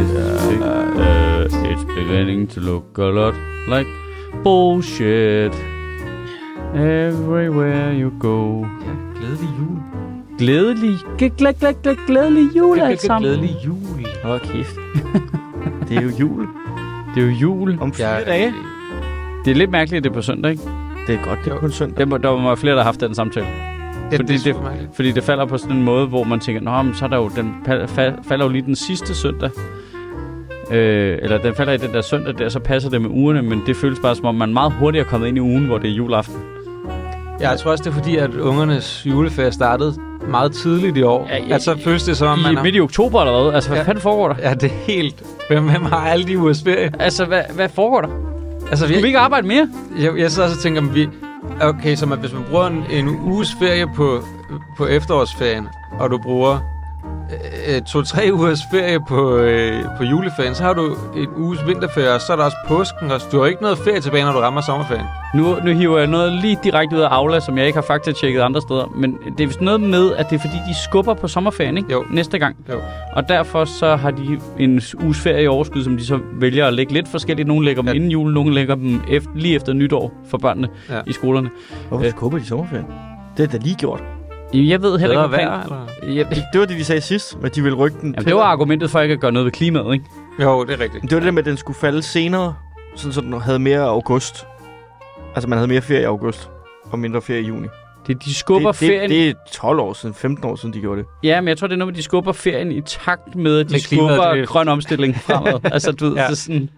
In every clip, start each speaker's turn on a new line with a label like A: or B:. A: It's, uh, it's beginning to look a lot like bullshit. Everywhere you go.
B: Ja, glædelig jul.
A: Glædelig, glæ, glæ, glæ, glæ, glædelig jul alle sammen.
B: Glædelig jul.
A: Åh, kæft.
C: Det er jo jul
A: Det er jo jul.
C: om fire dage.
A: Det er lidt mærkeligt, at det er på søndag, ikke?
C: Det er godt, det er kun søndag.
A: Der må, der må være flere, der har haft den samtale.
B: Ja,
A: Fordi
B: det,
A: det-
B: det, det,
A: Fordi det falder på sådan en måde, hvor man tænker, Nå, men så er der jo, den pa- fa- falder jo lige den sidste søndag. Øh, eller den falder i den der søndag der, så passer det med ugerne, men det føles bare som om, man meget hurtigt er kommet ind i ugen, hvor det er juleaften.
B: jeg tror også, det er fordi, at ungernes juleferie startede meget tidligt i år.
A: Ja,
B: Ja,
A: ja,
B: ja, altså føles det som, om
A: I,
B: man har...
A: midt i oktober eller hvad? Altså, hvad ja.
B: Ja.
A: fanden foregår der?
B: Ja, det er helt... Hvem, hvem har alle de ugers ferie?
A: Altså, hvad, hvad foregår der? Skulle
B: Altså, vi,
A: vi ikke arbejde mere?
B: jeg, jeg sidder også og tænker, om vi... Okay, så man, hvis man bruger en, en uges ferie på, på efterårsferien, og du bruger øh, to-tre ugers ferie på, øh, på juleferien, så har du en uges vinterferie, og så er der også påsken, og du har ikke noget ferie tilbage, når du rammer sommerferien.
A: Nu, nu hiver jeg noget lige direkte ud af Aula, som jeg ikke har faktatjekket andre steder. Men det er vist noget med, at det er fordi, de skubber på sommerferien, ikke?
B: Jo.
A: Næste gang.
B: Jo.
A: Og derfor så har de en uges ferie i overskud, som de så vælger at lægge lidt forskelligt. Nogle lægger dem ja.
B: Ja.
A: inden jul, nogle lægger dem efter, lige efter nytår for børnene ja.
B: Ja.
A: i skolerne.
C: Hvorfor skubber de sommerferien? Det er da lige gjort.
A: Jamen, Jeg ved heller
B: Bedre
A: ikke, hvad
B: vejr,
A: planen-
B: eller?
A: Jamen,
C: Det var det, vi sagde sidst, at de ville rykke den.
A: Jamen,
C: til-
A: det var argumentet for ikke at gøre noget ved klimaet, ikke?
B: Jo, det er rigtigt.
C: Men Det var det der med, at den skulle falde senere, sådan så den havde mere august. Altså, man havde mere ferie i august, og mindre ferie i juni.
A: Det, de skubber
C: det, det,
A: ferien...
C: det er 12 år siden, 15 år siden, de gjorde det.
A: Ja, men jeg tror, det er noget med, de skubber ferien i takt med, at de
B: Med klimaet,
A: skubber
B: det er-
A: grøn omstilling fremad. altså, du ved, ja.
B: Ja.
A: det er sådan...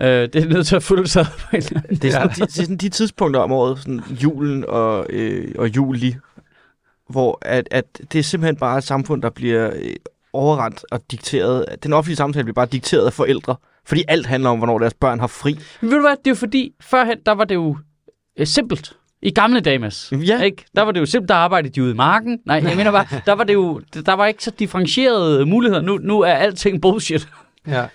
A: Øh, det er nødt til at følge sig. ad på en eller anden-
C: Det er sådan, de, det er sådan de tidspunkter om året, sådan julen og, øh, og juli, hvor at, at det er simpelthen bare et samfund, der bliver øh, overrendt og dikteret. Den offentlige samtale bliver bare dikteret af forældre, fordi alt handler om, hvornår deres børn har fri.
A: Men ved du hvad, det er jo fordi, førhen, der var det jo øh, simpelt. I gamle dage, Mads.
C: Ja.
A: Ikke? Der var det jo simpelt, der arbejdede de ude i marken. Nej, jeg mener bare, der var det jo, der var ikke så differentierede muligheder. Nu, nu er alting bullshit.
B: Ja.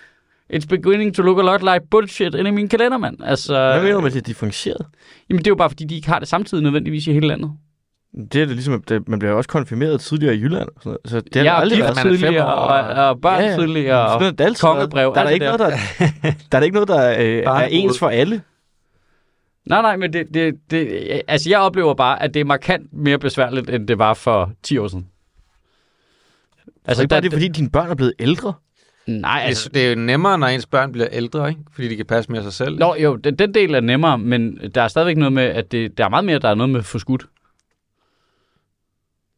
A: It's beginning to look a lot like bullshit inde i min kalender, mand. Altså,
C: Hvad mener du med, at det er differentieret?
A: jamen, det er jo bare, fordi de ikke har det samtidig nødvendigvis i hele landet.
C: Det er det ligesom, at det- man bliver også konfirmeret tidligere i Jylland. Og sådan noget. Så det har
A: jeg
C: der
A: er
C: aldrig været.
A: gift
B: man er fem
A: tidligere,
B: år,
A: og, og børn
C: Ja,
A: tidligere, og
C: Sådan er det altid været.
A: kongebrev,
C: Der er
A: alt
C: der ikke
A: det
C: noget, der, der er der ikke noget, der øh, er
B: Barnebrud.
C: ens for alle.
A: Nej, nej, men det, det, det, altså jeg oplever bare, at det er markant mere besværligt, end det var for 10 år siden.
C: Altså, ikke bare det er,
A: der-
C: fordi dine børn er blevet ældre.
A: Nej, altså...
B: Altså, det er jo nemmere, når ens børn bliver ældre, ikke? Fordi de kan passe mere sig selv.
A: Nå, jo, den, den del er nemmere, men der er stadigvæk noget med, at det, der er meget mere, der er noget med forskudt.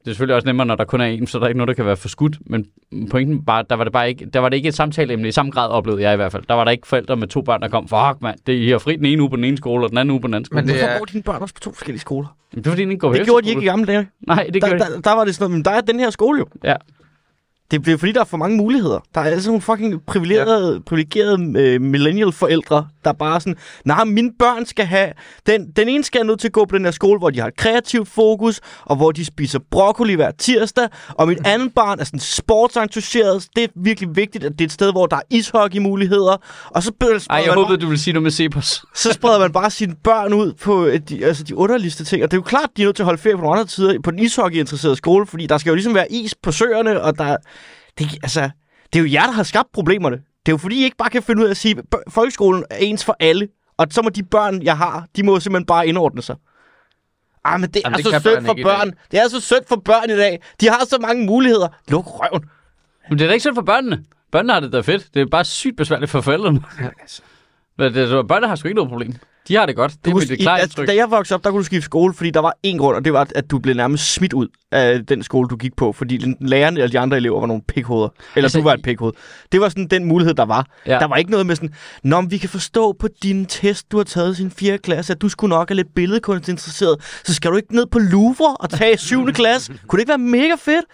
A: Det er selvfølgelig også nemmere, når der kun er en, så der er ikke noget, der kan være forskudt. Men pointen bare, der var det bare ikke, der var det ikke et samtaleemne i samme grad, oplevede jeg i hvert fald. Der var der ikke forældre med to børn, der kom, fuck mand, det er I har fri den ene uge på den ene skole, og den anden uge på den anden skole.
B: Men
A: Men
B: det
A: det,
C: Hvorfor
B: er-
C: går dine børn også på to forskellige skoler?
A: Jamen, det er fordi, den ikke går på
C: Det gjorde de
A: efterskole.
C: ikke i gamle dage.
A: Nej, det
C: der,
A: gjorde de
C: der, der var det sådan noget, men der er den her skole jo.
A: Ja.
C: Det bliver fordi, der er for mange muligheder. Der er altså nogle fucking privilegerede, ja. privilegerede øh, millennial-forældre, der bare er sådan, nej, mine børn skal have... Den, den ene skal nødt til at gå på den her skole, hvor de har et kreativt fokus, og hvor de spiser broccoli hver tirsdag, og
A: Mm.
C: mit andet barn er sådan sportsentusiast. Det er virkelig vigtigt, at det er et sted, hvor der er ishockey-muligheder. Og så, bø-
A: Ej, jeg
C: man
A: håbede, du ville sige noget med Cepos.
C: så spreder man bare sine børn ud på øh, de, altså de underligste ting. Og det er jo klart, de er nødt til at holde ferie på nogle andre tider på den ishockey-interesserede skole, fordi der skal jo ligesom være is på søerne, og der... Det, altså, det er jo jer, der har skabt problemerne. Det er jo fordi, I ikke bare kan finde ud af at sige, at folkeskolen er ens for alle, og så må de børn, jeg har, de må simpelthen bare indordne sig. Ej, men det er
B: Jamen, det
C: så
B: kan
C: sødt
B: børn
C: for
B: ikke i
C: børn. Det er så sødt for børn i dag. De har så mange muligheder. Luk røven.
A: Men det er da ikke sådan for børnene. Børnene har det da fedt. Det er bare sygt besværligt for forældrene.
B: Ja, altså.
A: Men det, så børnene har sgu ikke noget problem. De har det godt. Det er
C: kunne,
A: mit det
C: i- altså,
A: klare
C: da,
A: indtryk.
C: da jeg voksede op, der kunne du skifte skole, fordi der var en grund, og det var, at du blev nærmest smidt ud af den skole, du gik på, fordi den- lærerne og de andre elever var nogle pikhoveder. Eller
A: Altså,
C: altså, du var
A: i-
C: et pikhoved. Det var sådan den mulighed, der var.
A: Ja.
C: Ja. Der var ikke noget med sådan, Nå, men vi kan forstå på din test, du har taget sin 4. klasse, at du skulle nok er lidt billedkunst interesseret, så skal du ikke ned på Louvre og tage 7. klasse. Kunne det ikke være mega fedt?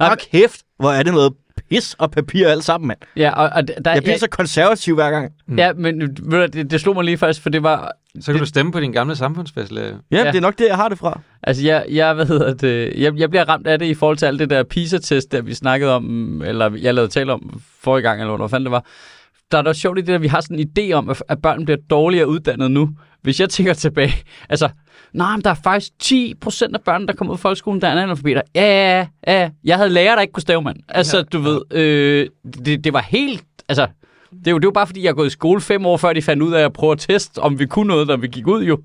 A: Nej,
C: Og kæft, hvor er det noget pis og papir alt sammen, mand.
A: Ja, og, og der,
C: Jeg bliver så konservativ hver gang.
A: ja, men ved du, hvad, det, det slog mig lige først, for det var...
B: Så kan du stemme på din gamle samfundsfæslæge.
C: Ja,
A: Ja.
C: ja, det er nok det, jeg har det fra.
A: Altså, jeg, jeg, hvad hedder det, jeg, jeg bliver ramt af det i forhold til alt det der PISA-test, der vi snakkede om, eller jeg lavede tale om forrige gang, eller hvad fanden det var. Der er da sjovt i det, at vi har sådan en idé om, at- at børn bliver dårligere uddannet nu, hvis jeg tænker tilbage, altså, nej, men der er faktisk 10% af børnene, der kommer ud af folkeskolen, der er analfabeter. Ja, ja, ja. Jeg havde lærere, der ikke kunne stave, mand. Altså, ja. du ved, øh, det, det var helt, altså, det er, jo, det er jo bare, fordi jeg er gået i skole fem år før, de fandt ud af at prøve at teste, om vi kunne noget, da vi gik ud jo.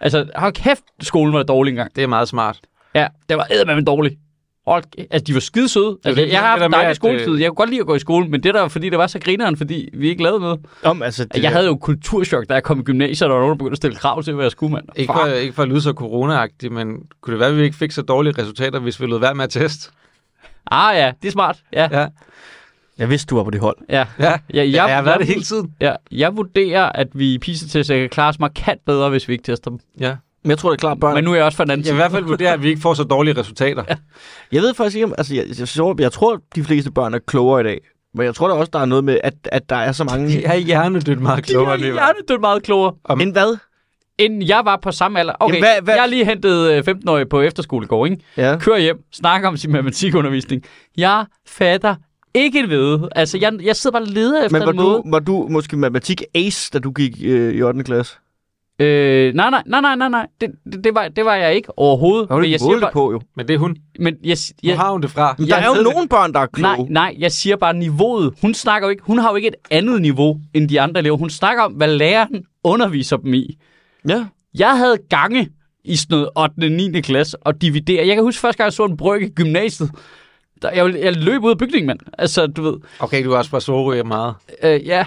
A: Altså, hold kæft, skolen var dårlig engang.
B: Det er meget smart.
A: Ja, det var eddermame dårlig. Hold, kæ- altså, de var skide søde. Altså,
B: det,
A: jeg har
B: det der
A: haft
B: med,
A: dejlig
B: at,
A: skoletid.
B: øh,
A: Jeg kunne godt lide at gå i skole, men det der var, fordi det var så grineren, fordi vi ikke lavede noget.
C: Om, altså, det,
A: Jeg havde jo kulturschok, da jeg kom i gymnasiet, og der var nogen, der begyndte at stille krav til, hvad jeg skulle, mand.
B: Ikke
A: Fuck.
B: for, ikke for at lyde så corona men kunne det være, at vi ikke fik så dårlige resultater, hvis vi lød være med at teste?
A: Ah ja, det er smart. Ja, ja.
B: Ja,
C: Jeg vidste, du var på det hold.
A: ja.
B: ja.
A: Ja, jeg,
B: jeg har været det hele tiden.
A: Ja, jeg vurderer, at vi i PISA-test kan klare os markant bedre, hvis vi ikke tester dem.
B: Ja.
C: Men jeg tror, det er klart, børn.
A: Men nu er jeg også for den anden
B: Jeg vil i
A: side.
B: hvert fald vurdere, at vi ikke får så dårlige resultater.
C: Jeg ved faktisk ikke, om, altså, jeg, jeg, jeg, jeg tror, de fleste børn er klogere i dag. Men jeg tror da også, der er noget med, at, at der er så mange...
B: De er hjernedødt meget
A: De
B: klogere,
A: er
B: end vi var.
A: hjernedødt meget klogere,
C: Men hvad?
A: end jeg var på samme alder. Okay,
C: Jamen, hvad- hvad-
A: jeg har lige hentet øh, 15-årige på efterskole i går, ikke?
C: Ja.
A: Kører hjem, snakker om sin matematikundervisning. Jeg fatter ikke en ved. Altså, jeg, jeg sidder bare og leder efter
C: Men var
A: en måde.
C: du, var du måske matematik ace, da du gik øh, i 8. klasse?
A: Øh, nej, nej, nej, nej, nej, nej. Det, det, det, var, det var jeg ikke overhovedet.
C: Der var du
A: men jeg
C: ikke
A: siger
C: måle
A: bare,
C: det på, jo.
B: Men det er hun.
A: men jeg,
B: Hvor
A: jeg,
B: har hun det fra?
C: Men der
A: jeg
C: er jo
A: ved det.
C: nogle børn, der er kloge.
A: Nej, nej, jeg siger bare niveauet. Hun snakker jo ikke, hun har jo ikke et andet niveau end de andre elever. Hun snakker om, hvad læreren underviser dem i.
C: Ja.
A: Jeg havde gange i sådan noget 8. og 9. klasse og dividere. Jeg kan huske første gang, jeg så en brygge i gymnasiet. Der, jeg, jeg løb ud af bygningen, mand. Altså, du ved,
B: Okay, du er også fra Sorø meget.
A: øh, ja.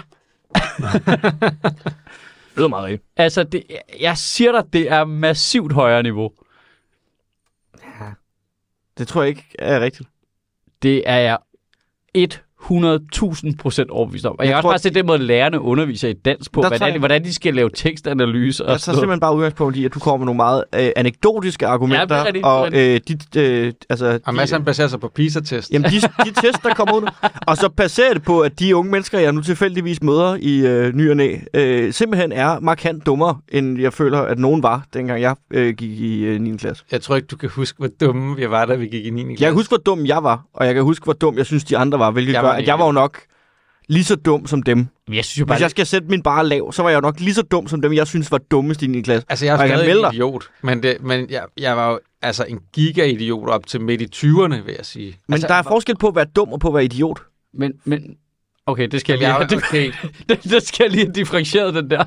C: Det lyder meget rigtigt.
A: Altså, det, jeg siger dig, det er massivt højere niveau.
C: Det tror jeg ikke er rigtigt.
A: Det er jeg 100.000 procent overbevist om. Og jeg, jeg
C: Jeg
A: har også
C: tror-
A: bare set den måde, lærerne underviser i dans på,
C: Der
A: hvordan,
C: tager jeg-
A: hvordan de skal lave tekstanalyse og
C: Jeg tager
A: sådan noget.
C: simpelthen bare udgangspunkt i, at du kommer med nogle meget øh, anekdotiske argumenter.
A: Ja, det er rigtigt,
C: og
A: det
C: øh, dit, øh, altså,
B: Og Mads, han baserer sig på PISA-test.
C: Jamen, de, de test, der kommer ud nu. Og så baserer det på, at de unge mennesker, jeg nu tilfældigvis møder i øh, ny og næ, øh, simpelthen er markant dummere, end jeg føler, at nogen var, dengang jeg øh, gik i øh, 9. klasse.
B: Jeg tror ikke, du kan huske, hvor dumme vi var, da vi gik i 9. klasse.
C: Jeg kan huske, hvor dum jeg var, og jeg kan huske, hvor dum jeg synes, de andre var, hvilket
B: Jeg
C: jeg
B: var
C: gør, at
B: ikke.
C: jeg var jo nok lige så dum som dem.
A: Men Jeg synes jo bare,
C: Hvis jeg skal sætte min bare lav, så var jeg jo nok lige så dum som dem, jeg synes var dummest i 9. klasse.
B: Altså, jeg er
C: Og jeg kan
B: stadig
C: melde
B: en
C: dig.
B: idiot, men, det, men jeg, jeg var jo altså en giga-idiot op til midt i 20'erne, vil jeg sige.
C: Men
A: Altså,
C: der er forskel på at være dum og på at være idiot.
A: Men, men... Okay, det skal jeg
B: Jamen,
A: lige
B: jeg,
A: have,
B: er-
A: det,
B: okay,
A: det, det skal jeg lige have differentieret, den der.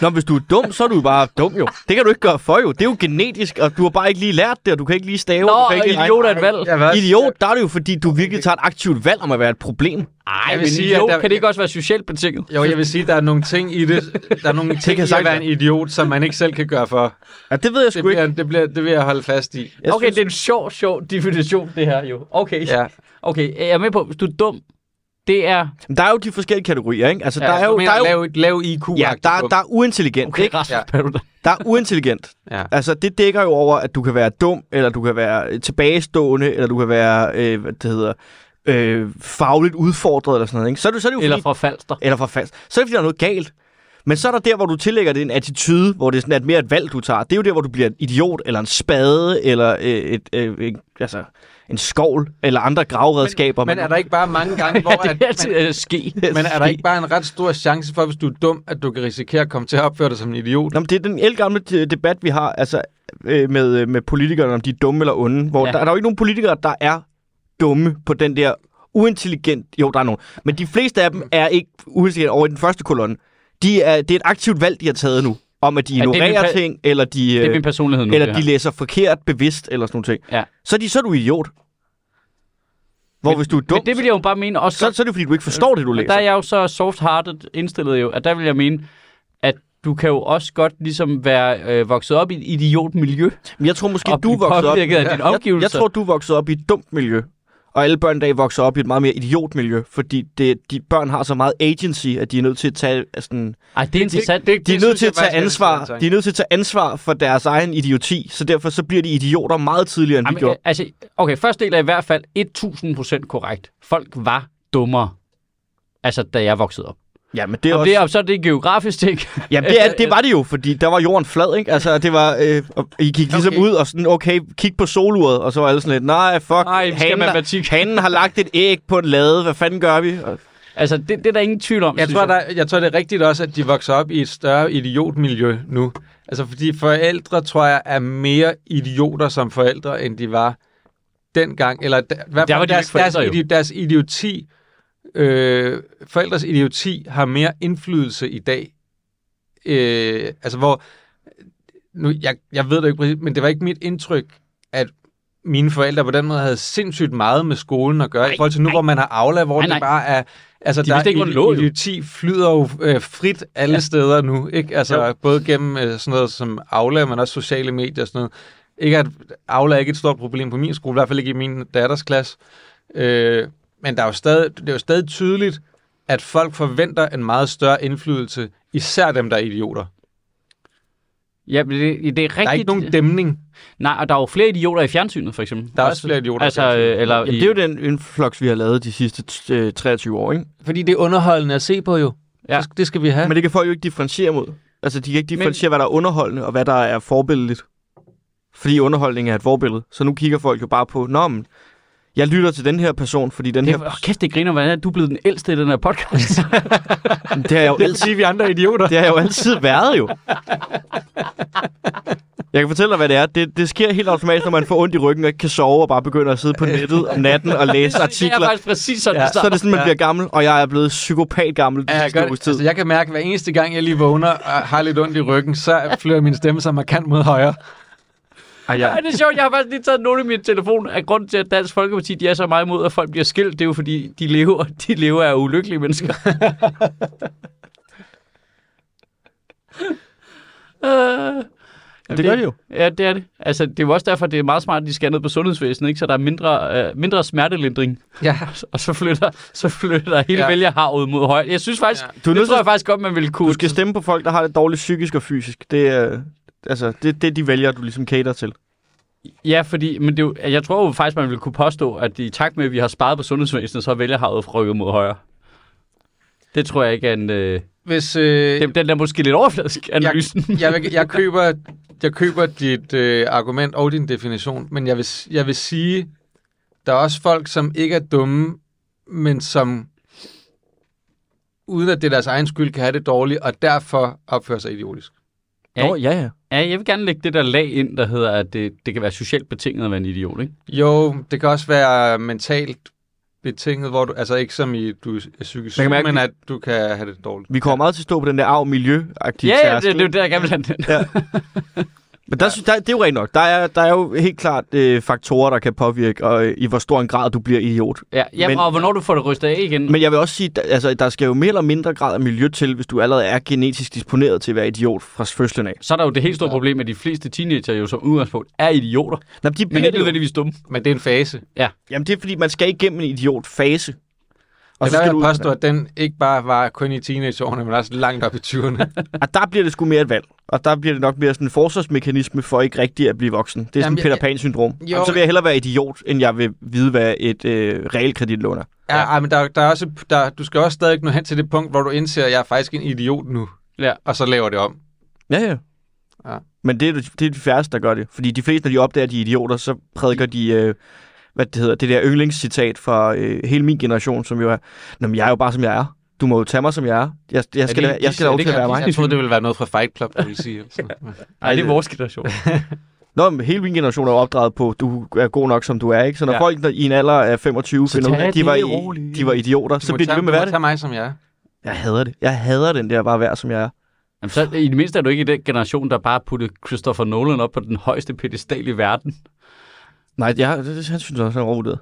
C: Nå, men hvis du er dum, så er du jo bare dum jo. Det kan du ikke gøre for jo. Det er jo genetisk, og du har bare ikke lige lært det, og du kan ikke lige stave. du
A: Nå,
C: kan ikke lige regne.
A: idiot er et valg.
B: jeg var,
C: Idiot, der er det jo, fordi du virkelig tager et aktivt valg om at være et problem.
A: Ej,
B: Jeg
A: men
B: vil sige, at
A: idiot,
B: der-
A: kan det ikke også være socialt betinget?
B: Jo, jeg vil sige, der er nogle ting i det. Der er nogle ting i
C: kan
B: at
C: sagtens
B: være en idiot, som man ikke selv kan gøre for.
C: Ja, det ved jeg
B: Det,
C: sgu
B: bliver,
C: ikke.
B: det, bliver, det vil jeg holde fast i.
C: Jeg
A: okay,
C: synes-
A: det er en sjov, sjov definition, det her jo. Okay,
B: Ja.
A: okay jeg er med på, hvis du er dum, det er...
C: Men Der er jo de forskellige kategorier, ikke? Altså,
A: Ja,
C: der er jo... Der er jo
B: lav, lav IQ.
C: ja, der, er- der er uintelligent,
A: Okay,
C: ikke?
A: Rasmus
B: Ja.
A: ja. Paludan.
C: Der er uintelligent.
B: Ja.
C: Altså, det dækker jo over, at du kan være dum, eller du kan være øh, tilbagestående, eller du kan være, øh, hvad det hedder, øh, fagligt udfordret, eller sådan noget, ikke? Så er det, så er det jo
A: Eller
C: fordi,
A: fra Falster.
C: eller for fast. Så er det, fordi der er noget galt. Men så er der der, hvor du tillægger det en attitude, hvor det er sådan, at mere et valg, du tager. Det er jo der, hvor du bliver en idiot, eller en spade, eller øh, et, øh, en, altså, en skovl, eller andre gravredskaber.
B: Men er der ikke bare mange gange, hvor...
A: Ja,
B: At,
A: det er altid øh, ske.
B: men, men er der ikke bare en ret stor chance for, hvis du er dum, at du kan risikere at komme til at opføre dig som en idiot?
C: Nå, men det er den elgamle øh, debat, vi har altså, øh, med, øh, med politikerne, om de er dumme eller onde. Hvor
A: Ja.
C: ja. der, der er jo ikke nogen politikere, der er dumme på den der uintelligent... Jo, der er nogen. Men de fleste af dem er ikke uintelligente over i den første kolonne. De er, det er et aktivt valg, de har taget nu. Om at de
A: Ja, det er min
C: ignorerer
A: pa-
C: ting, eller de...
A: Det er
C: øh,
A: min personlighed nu,
C: eller
A: det
C: de
A: her.
C: læser forkert bevidst, eller sådan noget ting.
A: Ja.
C: Så er, de, så er du idiot. Hvor men, hvis du er dum,
A: Men det vil jeg jo bare mene også...
C: så, så er det fordi, du ikke forstår det, du
A: Men
C: læser.
A: der er jeg jo så soft-hearted indstillet jo, at der vil jeg mene, at du kan jo også godt ligesom være øh, vokset op i et idiotmiljø.
C: Men jeg tror måske,
A: og
C: du
A: blive
C: voksede op...
A: påvirket af dine
C: jeg, jeg
A: omgivelser.
C: tror, du voksede op i et dumt miljø. Og alle børn i dag vokser op i et meget mere idiotmiljø, fordi det, de børn har så meget agency, at de er nødt til at tage, øh, sådan,
A: Ej, det er interessant.
B: det,
C: de er
B: synes
C: nødt til
B: jeg
C: at tage
B: faktisk er en
C: ansvar.
B: interessant
C: De er nødt til at tage ansvar for deres egen idioti, så derfor så bliver de idioter meget tidligere, end vi
A: Jamen, øh,
C: gjorde.
A: altså, okay, første del er i hvert fald 1000% korrekt. Folk var dummere, altså da jeg voksede op.
C: Ja, men det er
A: Og det
C: også...
A: er, så er det geografisk ting.
C: Jamen, det, er, det var det jo, fordi der var jorden flad, ikke? Altså, det var... Øh, og I gik ligesom
B: Okay.
C: ud og sådan, okay, kig på soluret, og så var alle sådan lidt, nej, fuck,
A: Nej, vi skal
C: hanen, har-
A: matematik.
C: hanen har lagt et æg på en lade, hvad fanden gør vi? Og,
A: Altså, det, det er der ingen tvivl om,
B: Jeg
A: synes
B: tror, der, jeg tror, det er rigtigt også, at de vokser op i et større idiotmiljø nu. Altså, fordi forældre, tror jeg, er mere idioter som forældre, end de var dengang. Eller da, hvad
A: Der var de jo
B: deres,
A: ikke forældre,
B: deres,
A: jo.
B: idi- deres idioti, øh, forældres idioti har mere indflydelse i dag. Øh, altså, hvor... Nu, jeg, jeg ved det ikke præcis, men det var ikke mit indtryk, at mine forældre på den måde havde sindssygt meget med skolen at gøre, i forhold til nu, hvor man har Aula, hvor
A: Nej,
B: det
A: nej.
B: bare er... Altså,
A: De vidste ikke, hvor den
B: ide-
A: lå, jo.
B: idioti flyder jo øh, frit alle ja. steder nu, ikke? Altså, jo. både gennem øh, sådan noget som Aula, men også sociale medier og sådan noget. Ikke at Aula er ikke et stort problem på min skole, i hvert fald ikke i min datters klasse. Øh, men der er jo stadig, det er jo stadig tydeligt, at folk forventer en meget større indflydelse, især dem, der er idioter.
A: Ja, men det, det er rigtigt.
B: Der er ikke nogen dæmning.
A: Nej, og der er jo flere idioter i fjernsynet, for eksempel.
B: Der er også flere idioter i
A: altså,
B: fjernsynet.
A: øh, eller
C: Jamen, det er jo den influx, vi har lavet de sidste t- øh, 23 år, ikke?
B: Fordi det er underholdende at se på jo.
A: Ja.
B: Det, det skal vi have.
C: Men det kan folk jo ikke differentiere mod. Altså, de kan ikke
A: Men-
C: differentiere, hvad der er underholdende, og hvad der er forbilledligt. Fordi underholdning er et forbillede. Så nu kigger folk jo bare på, Nå, men, jeg lytter til den her person, fordi den
A: Det,
C: her...
A: åh, kæft, det griner, hvordan er du blevet den ældste i den her podcast?
C: Det har jeg jo altid,
B: sige, at vi andre er idioter.
C: det har jeg jo altid været, jo. Jeg kan fortælle dig, hvad det er. Det, det sker helt automatisk, når man får ondt i ryggen og ikke kan sove, og bare begynder at sidde på nettet om natten og læse
A: det er
C: artikler.
A: faktisk præcis sådan,
B: Ja,
A: det
C: Så er det sådan, man
B: Ja.
C: bliver gammel, og jeg er blevet psykopat gammel
B: Ja,
C: ja,
B: jeg, gør,
C: sidste uges
B: det. altså,
C: tid.
B: jeg kan mærke, at hver eneste gang, jeg lige vågner og har lidt ondt i ryggen, så flytter min stemme sig markant mod højre.
C: Ej,
A: Ja,
C: jeg,
A: det er sjovt. Jeg har faktisk lige taget nogle i min telefon. Af grunden til, at Dansk Folkeparti de er så meget imod, at folk bliver skilt, det er jo fordi, de lever, de lever af ulykkelige mennesker. øh,
C: det gør de jo.
A: Ja, det er det. Altså, det er jo også derfor, det er meget smart, at de skal ned på sundhedsvæsenet, ikke? så der er mindre, øh, mindre smertelindring.
B: Ja.
A: Og så flytter, så flytter hele
B: Ja.
A: ja. vælgerhavet mod højre. Jeg synes faktisk,
B: Ja.
A: ja.
C: Du er
A: det
C: nødt
A: tror
C: til-
A: jeg faktisk godt, man ville kunne.
C: Du skal stemme på folk, der har det dårligt psykisk og fysisk. Det er, altså, det, det er de vælger, du ligesom cater til.
A: Ja, fordi, men det, er jo- jeg tror jo faktisk, man ville kunne påstå, at i takt med, at vi har sparet på sundhedsvæsenet, så er vælgerhavet rykket mod højre. Det tror jeg ikke er en... Øh,
B: Hvis, øh,
A: den, den er måske lidt overfladisk, analysen.
B: jeg, jeg, vil- jeg, køber, jeg køber dit øh, argument og din definition, men jeg vil, s- jeg vil sige, der er også folk, som ikke er dumme, men som uden at det er deres egen skyld, kan have det dårligt, og derfor opfører sig idiotisk.
A: Ja,
C: Nå, ja, ja.
A: ja, jeg vil gerne lægge det der lag ind, der hedder, at det, det kan være socialt betinget at være en idiot, ikke?
B: Jo, det kan også være mentalt betinget, hvor du, altså ikke som i, du er psykisk syg,
C: Man kan mærke,
B: men
C: vi-
B: at du kan have det dårligt.
C: Vi kommer meget til at stå på den der arv miljø
A: ja, ja, det, det er jo det, jeg gerne vil have den.
C: Men der, synes- der, det er jo rent nok. Der er, der er jo helt klart øh, faktorer, der kan påvirke, og øh, i hvor stor en grad du bliver idiot.
A: Ja, ja
C: Men-
A: men, og hvornår du får det rystet af igen. Men,
C: Mm. Men jeg vil også sige, der, altså, der skal jo mere eller mindre grad af miljø til, hvis du allerede er genetisk disponeret til at være idiot fra fødslen af.
A: så er der jo det helt store problem, at de fleste teenager jo som udgangspunkt er idioter,
C: Nå, de
A: men
C: bliver
A: ikke
C: det jo.
A: nødvendigvis dumme.
B: Men det er en fase.
C: Jamen, det er fordi, man skal igennem en idiotfase.
B: Og
C: Og
B: så
C: så
B: vil
C: skal
B: jeg
C: du
B: påstå, at den ikke bare var kun i teenageårene, men også langt op i 20'erne.
C: Og Ah, der bliver det sgu mere et valg. Og der bliver det nok mere sådan en forsvarsmekanisme for ikke rigtigt at blive voksen. Det er
B: Jamen,
C: sådan Peter
B: jeg-
C: Pan-syndrom.
B: Jo.
C: Jamen, så vil jeg hellere være idiot, end jeg vil vide, hvad et øh, realkreditlån er.
B: ja, ja. men der, der er også, der, du skal også stadig nå hen til det punkt, hvor du indser, at jeg er faktisk en idiot nu.
A: Ja.
B: Og så laver det om.
C: Ja, ja.
B: Ja.
C: Men det er, det er de færreste, der gør det. Fordi de fleste, når de opdager, at de er idioter, så prædiker de, øh, hvad det hedder, det der yndlingscitat fra øh, hele min generation, som jo er, Nå, men jeg er jo bare, som jeg er. Du må jo tage mig, som jeg er. Jeg, jeg skal,
B: Er
C: det,
B: det
C: jeg skal have lov
B: ikke
C: til at være
B: Disney?
C: mig.
B: Jeg troede, det ville være noget fra Fight Club, du ville sige. altså. eller sådan noget.
A: Nej, det er vores generation.
C: Nå, men hele min generation er jo opdraget på, du er god nok, som du er, ikke? Så når
A: Ja.
C: ja. folk der, i en alder af 25
A: Så
C: finder ud
A: tag
C: af, at
A: det
C: de var, i,
A: roligt.
C: de var idioter,
B: Du
C: så
B: må
C: bliver de
B: tage-
C: ved
B: du
C: med at
B: må
C: være det.
B: tage mig, som jeg er.
C: Jeg hader det. Jeg hader den der bare vær, som jeg er.
A: Jamen, så i det mindste er du ikke i den generation, der bare puttede Christopher Nolan op på den højeste pedestal i verden.
C: Nej, jeg, det, det, han synes også, han er overvurderet.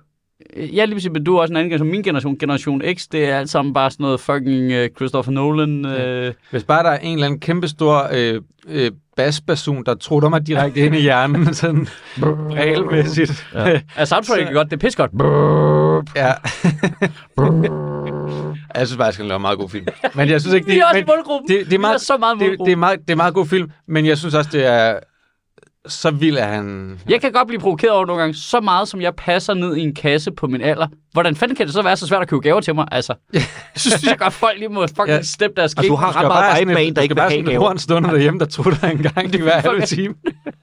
A: Øh, Ja, lige præcis, men du er også en anden generation. Min generation, generation X, det er alt sammen bare sådan noget fucking øh, Christopher Nolan. Øh,
B: Hvis bare der er en eller anden kæmpe stor øh, øh, basbasson, der trutter mig direkte ind i hjernen, sådan regelmæssigt. Ja.
A: ja, soundtrack Altså, er godt, det er pissegodt.
B: ja. jeg synes faktisk, det er en meget god film. Men jeg synes ikke,
A: Vi er også
B: men,
A: i målgruppen.
B: det, det, er meget,
A: Vi er så meget i
B: det, det, er
A: målgruppen.
B: meget, det er meget god film, men jeg synes også, det er... Så vild er han...
A: Jeg kan godt blive provokeret over nogle gange, så meget som jeg passer ned i en kasse på min alder. Hvordan fanden kan det så være så svært at købe gaver til mig? Altså, synes jeg godt, folk lige må fucking
B: Ja.
A: ja. steppe deres
C: Altså, du
A: skæg.
C: har ret meget vej med en, der ikke vil have
B: gaver.
C: gaver.
B: Du skal bare sådan en hornstunder derhjemme, der trutter en gang i hver halve
A: Okay.
B: time.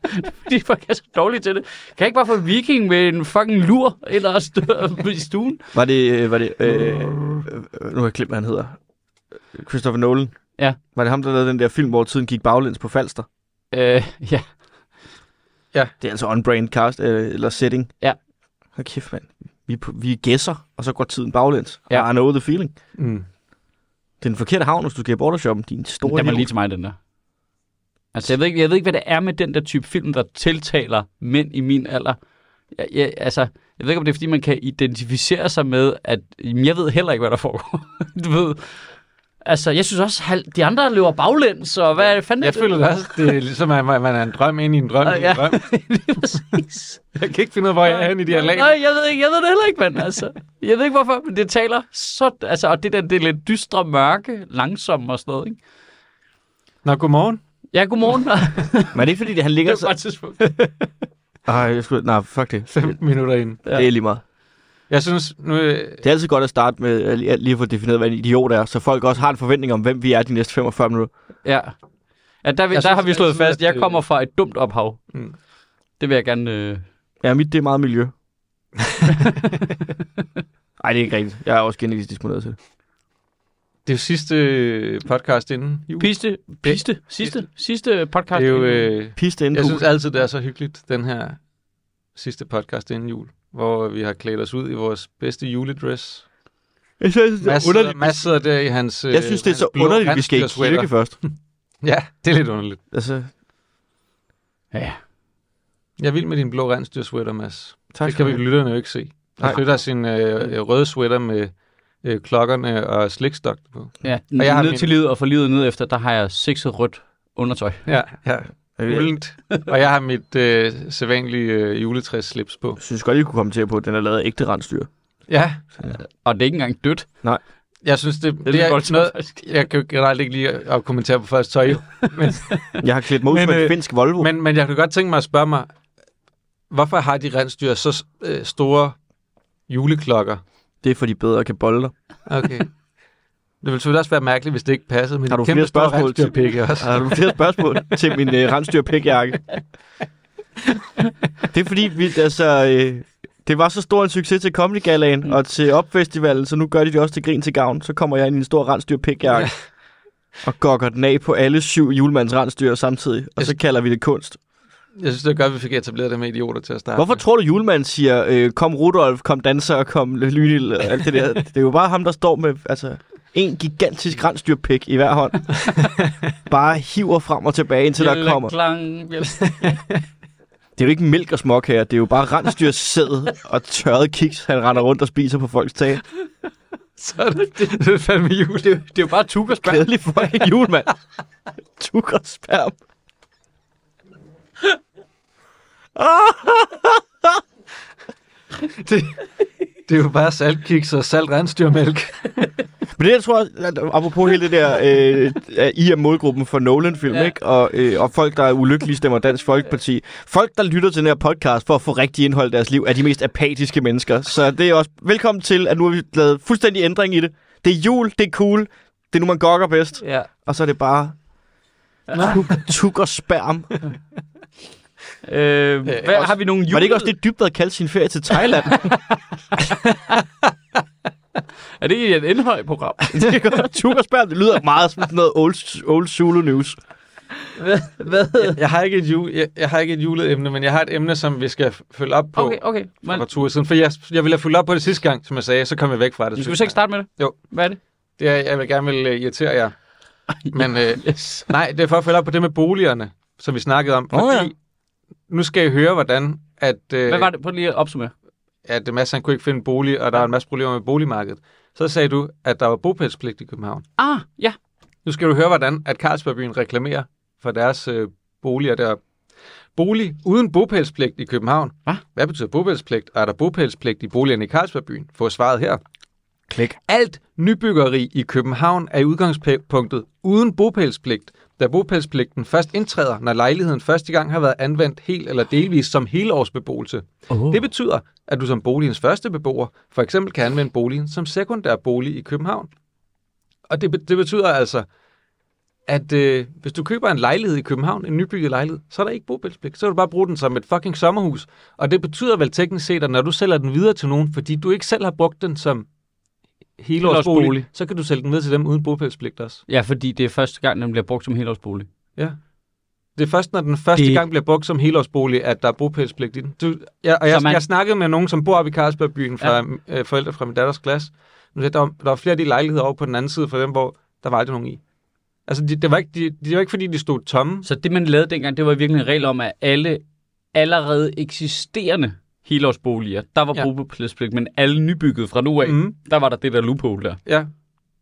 A: de folk er så dårlige til det. Kan jeg ikke bare få en viking med en fucking lur eller stå i stuen?
C: Var det, øh, var det øh, øh, nu har jeg glemt, hvad han hedder. Christopher Nolan.
A: Ja.
C: Var det ham, der lavede den der film, hvor tiden gik baglæns på Falster?
A: Øh, ja.
C: Det er altså on-brand cast, øh, eller setting.
A: Ja.
C: Hold kæft, mand. Vi, er på- vi gæsser, og så går tiden baglæns.
A: Ja.
C: Ja. I know the feeling.
B: Mm.
C: Det er den forkerte havn, hvis du skal i bordershoppen. Din store
A: Den var
C: idiot.
A: lige til mig, den der. Altså, jeg ved, ikke, jeg ved ikke, hvad det er med den der type film, der tiltaler mænd i min alder. Jeg, jeg, altså, jeg ved ikke, om det er, fordi man kan identificere sig med, at jamen, jeg ved heller ikke, hvad der foregår. du ved, altså, jeg synes også, hal- de andre løber baglæns, og hvad fanden er
B: Jeg
A: det?
B: føler det også, det er ligesom, at man man er en drøm ind i en drøm.
A: Ah,
B: i en
A: ja.
B: drøm.
A: Lige præcis.
B: Jeg kan ikke finde ud af, hvor jeg er henne i dialog.
A: Nej, jeg ved, ikke, jeg ved det heller ikke, mand. Altså, jeg ved ikke, hvorfor, men det taler så... Altså, og det der, det er lidt dystre, mørke, langsomme og sådan noget, ikke?
B: Nå, godmorgen.
A: Ja, godmorgen. det
C: Men er det ikke, fordi det, han ligger
A: er bare
C: så...
A: et tidspunkt.
C: Ej, jeg skulle... Nej, fuck det.
B: 15 minutter ind.
A: Ja.
C: Ja. Det er lige meget.
B: Jeg synes, nu... øh,
C: Det er altid godt at starte med at lige- at lige få defineret, hvad en idiot er, så folk også har en forventning om, hvem vi er de næste 45 minutter.
A: Ja. Ja, der, vi, der
B: Jeg synes
A: har vi slået
B: altid,
A: fast,
B: at,
A: jeg
B: øh,
A: kommer fra et dumt ophav.
B: Mm.
A: Det vil jeg gerne... Øh...
C: Ja, mit det er meget miljø. Nej, det er ikke rigtigt. Jeg er også genetisk disponeret til det.
B: Det er jo sidste øh, podcast inden jul.
A: Piste, piste, sidste, sidste podcast.
B: Det er jo, øh,
C: Piste inden
B: jeg
C: synes,
B: synes altid, det er så hyggeligt, den her sidste podcast inden jul, hvor vi har klædt os ud i vores bedste juledress.
C: jeg synes, det
B: Mads,
C: er
B: sidder-
C: underligt.
B: Mads sidder der i hans øh,
C: Jeg synes, det er
B: hans
C: så
B: blå
C: underligt, at vi skal i
B: rensdyrsweater.
C: kirke først.
B: Ja, det er lidt underligt.
C: Altså,
A: Ja.
B: Jeg er vild med din blå rensdyrsweater, Mads.
C: tak
B: det kan vi lytterne jo ikke se. Han
C: Nej.
B: flytter sin øh, øh, røde sweater med øh, klokkerne og slikstokte på.
A: ja.
B: Og jeg har
A: ned
B: min-
A: til livet og for livet ned efter, der har jeg sexet rødt undertøj.
B: Ja, ja.
C: Jeg
B: Uldent. og jeg har mit øh, sædvanlige øh, juletræsslips på.
C: synes godt, I kunne kommentere på, at den er lavet af ægte rensdyr.
B: Ja,
A: Og det er ikke engang dødt.
B: jeg synes, det, det,
A: lidt
B: er
A: voldsomt,
B: noget...
A: faktisk.
B: Jeg kan jo generelt ikke lige at, at kommentere på folks tøj, men,
C: Jeg har klædt mig ud
B: Men,
C: som en
B: øh,
C: finsk Volvo.
B: men, men jeg kunne godt tænke mig at spørge mig, hvorfor har de rensdyr så øh, store juleklokker?
C: Det er, fordi bedre kan bolde dig.
B: Okay. Det ville selvfølgelig også være mærkeligt, hvis det ikke passede, men
C: Har
B: de
C: du
B: kæmpe
C: flere
B: store
C: spørgsmål til-
B: rensdyrpikke også.
C: Har du flere spørgsmål til min øh, rensdyrpikjakke? Det er fordi, vi, altså, øh, det var så stor en succes til Comedy Galaen mm. og til Opfestivalen, så nu gør de det også til grin til gavn. Så kommer jeg ind i en stor rensdyrpikjakke og gokker den af på alle syv julemandens rensdyr samtidig, og så kalder vi det kunst.
B: Jeg synes, det er godt, at vi fik etableret det med idioter til at starte.
C: Hvorfor
B: med.
C: tror du, julemanden siger, øh, kom Rudolf, kom danser, og kom Lynil og alt det der? Det er jo bare ham, der står med altså, en gigantisk rensdyrpik i hver hånd. bare hiver frem og tilbage, indtil der kommer.
A: Klang, bjæl-
C: Det er jo ikke mælk og småkager, det er jo bare rensdyrsæd og tørret kiks, han render rundt og spiser på folks tag.
A: så er det, det,
B: det er fandme jul?
A: det, det er jo bare Tukas børn.
C: Kedelig fucking jul, mand. Tuk og sperm.
B: Det, det er jo bare saltkiks og salt rensdyrmælk.
C: Men det, jeg tror, at, apropos hele det der, øh, at I er målgruppen for Nolan-film,
A: Ja.
C: ja. ikke? Og, øh, og folk, der er ulykkelige, stemmer Dansk Folkeparti. Folk, der lytter til den her podcast for at få rigtig indhold i deres liv, er de mest apatiske mennesker. Så det er også velkommen til, at nu har vi lavet fuldstændig ændring i det. Det er jul, det er cool, det er nu, man gokker bedst.
A: Ja.
C: Og så er det bare tuk, tuk og spærm.
A: Øh, hvad,
B: også-
A: har vi nogle jule...
C: Jule... Var det ikke også det dybt at kalde sin ferie til Thailand?
A: Er det ikke et indhøj-program?
C: det er godt. Tuk og spærm, det lyder meget som sådan noget old, old Zulu news.
A: hvad? hvad?
B: Jeg har ikke et, jul, jeg, jeg har ikke et juleemne, men jeg har et emne, som vi skal f- følge op på.
A: Okay, okay.
B: for
A: Man,
B: tur siden, for jeg, jeg ville have fulgt op på det sidste gang, som jeg sagde, så kom jeg væk fra det.
A: skal vi så ikke starte med det?
B: Jo.
A: Hvad er det?
B: Det er, jeg vil gerne vil øh, irritere jer. Men øh,
A: Yes.
B: nej, det er for at følge op på det med boligerne, som vi snakkede om.
C: Åh, ja.
B: nu skal I høre, hvordan at, øh,
A: Hvad var det? Prøv lige at opsummere.
B: at Mads han kunne ikke finde en bolig, og der var en masse problemer med boligmarkedet. Så sagde du, at der var bopælspligt i København.
A: Ah, ja.
B: Nu skal du høre, hvordan at Carlsbergbyen reklamerer for deres øh, boliger deroppe. Bolig uden bopælspligt i København.
A: Hva?
B: Hvad betyder bopælspligt? Og er der bopælspligt i boligerne i Carlsbergbyen? Få svaret her.
C: Klik.
B: Alt nybyggeri i København er i udgangspunktet uden bopælspligt, da bopælspligten først indtræder, når lejligheden første gang har været anvendt helt eller delvist som helårsbeboelse.
A: Oh.
B: Det betyder, at du som boligens første beboer for eksempel kan anvende boligen som sekundær bolig i København. Og det, be- det betyder altså, at øh, hvis du køber en lejlighed i København, en nybygget lejlighed, så er der ikke bopælspligt. Så vil du bare bruge den som et fucking sommerhus. Og det betyder vel teknisk set, at når du sælger den videre til nogen, fordi du ikke selv har brugt den som helårsbolig,
A: Helårsbolig.
B: så kan du sælge den videre til dem uden bopælspligt også.
A: Ja, fordi det er første gang, den bliver brugt som helårsbolig.
B: Ja. Det er først, når den første
A: Det-
B: det... gang bliver brugt som helårsbolig, at der er bopælspligt i den. Du, jeg, og jeg,
A: Så man-
B: man... jeg snakkede med nogen, som bor oppe i Carlsbergbyen, fra, ja. øh, forældre fra min datters klasse. Nu sagde, der, var, der var flere af de lejligheder over på den anden side fra dem, hvor der var aldrig nogen i. Altså, de, det, var ikke, de, det var ikke, fordi de stod tomme.
A: Så det, man lavede dengang, det var virkelig en regel om, at alle allerede eksisterende helårsboliger, der var
B: Ja.
A: ja. bopælspligt, men alle nybyggede fra nu af, mm.
B: Mm,
A: der var der det der loophole der.
B: ja.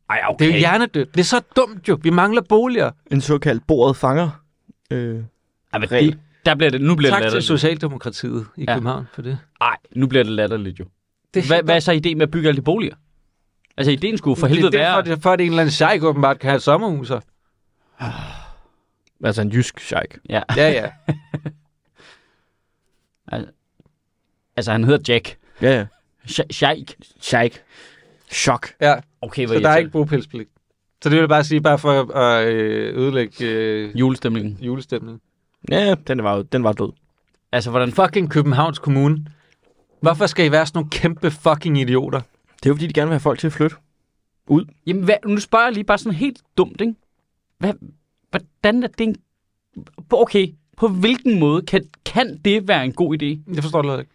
A: Ej, okay.
B: Det er jo hjernedødt. Det er så dumt jo. Vi mangler boliger.
C: En såkaldt bordet fanger. Øh,
A: Ej, men
C: regel.
A: det, der bliver det, nu bliver
B: Tak
A: det
B: til
A: latterligt.
B: Socialdemokratiet i
A: Ja.
B: ja. København for det.
A: Nej, nu bliver det latterligt jo.
B: det
A: Hvad, hvad er så ideen med at bygge alle de boliger? Altså, ideen skulle for helvede
B: det er derfor,
A: være...
B: det er for, at en eller anden sheik åbenbart kan have sommerhuser.
C: altså en jysk sheik.
A: Ja,
B: Ja, ja.
A: altså, han hedder Jack.
C: Ja, ja.
A: Sh- Sheik.
C: Sheik. Chok.
B: ja.
A: Okay, hvor
B: Så der er
A: irriterende.
B: ikke bopælspligt. Så det vil jeg bare sige, bare for at øh, ødelægge øh,
A: Julestemningen.
B: julestemningen.
C: Ja, den var, jo- den var død.
A: Altså, hvordan...
B: Fucking Københavns Kommune. Hvorfor skal I være sådan nogle kæmpe fucking idioter?
C: Det er jo fordi, de gerne vil have folk til at flytte.
A: Jamen, hvad, nu spørger jeg lige bare sådan helt dumt, ikke? Hvad, hvordan er det en... Okay, på hvilken måde kan, kan det være en god idé?
B: Jeg forstår det heller ikke.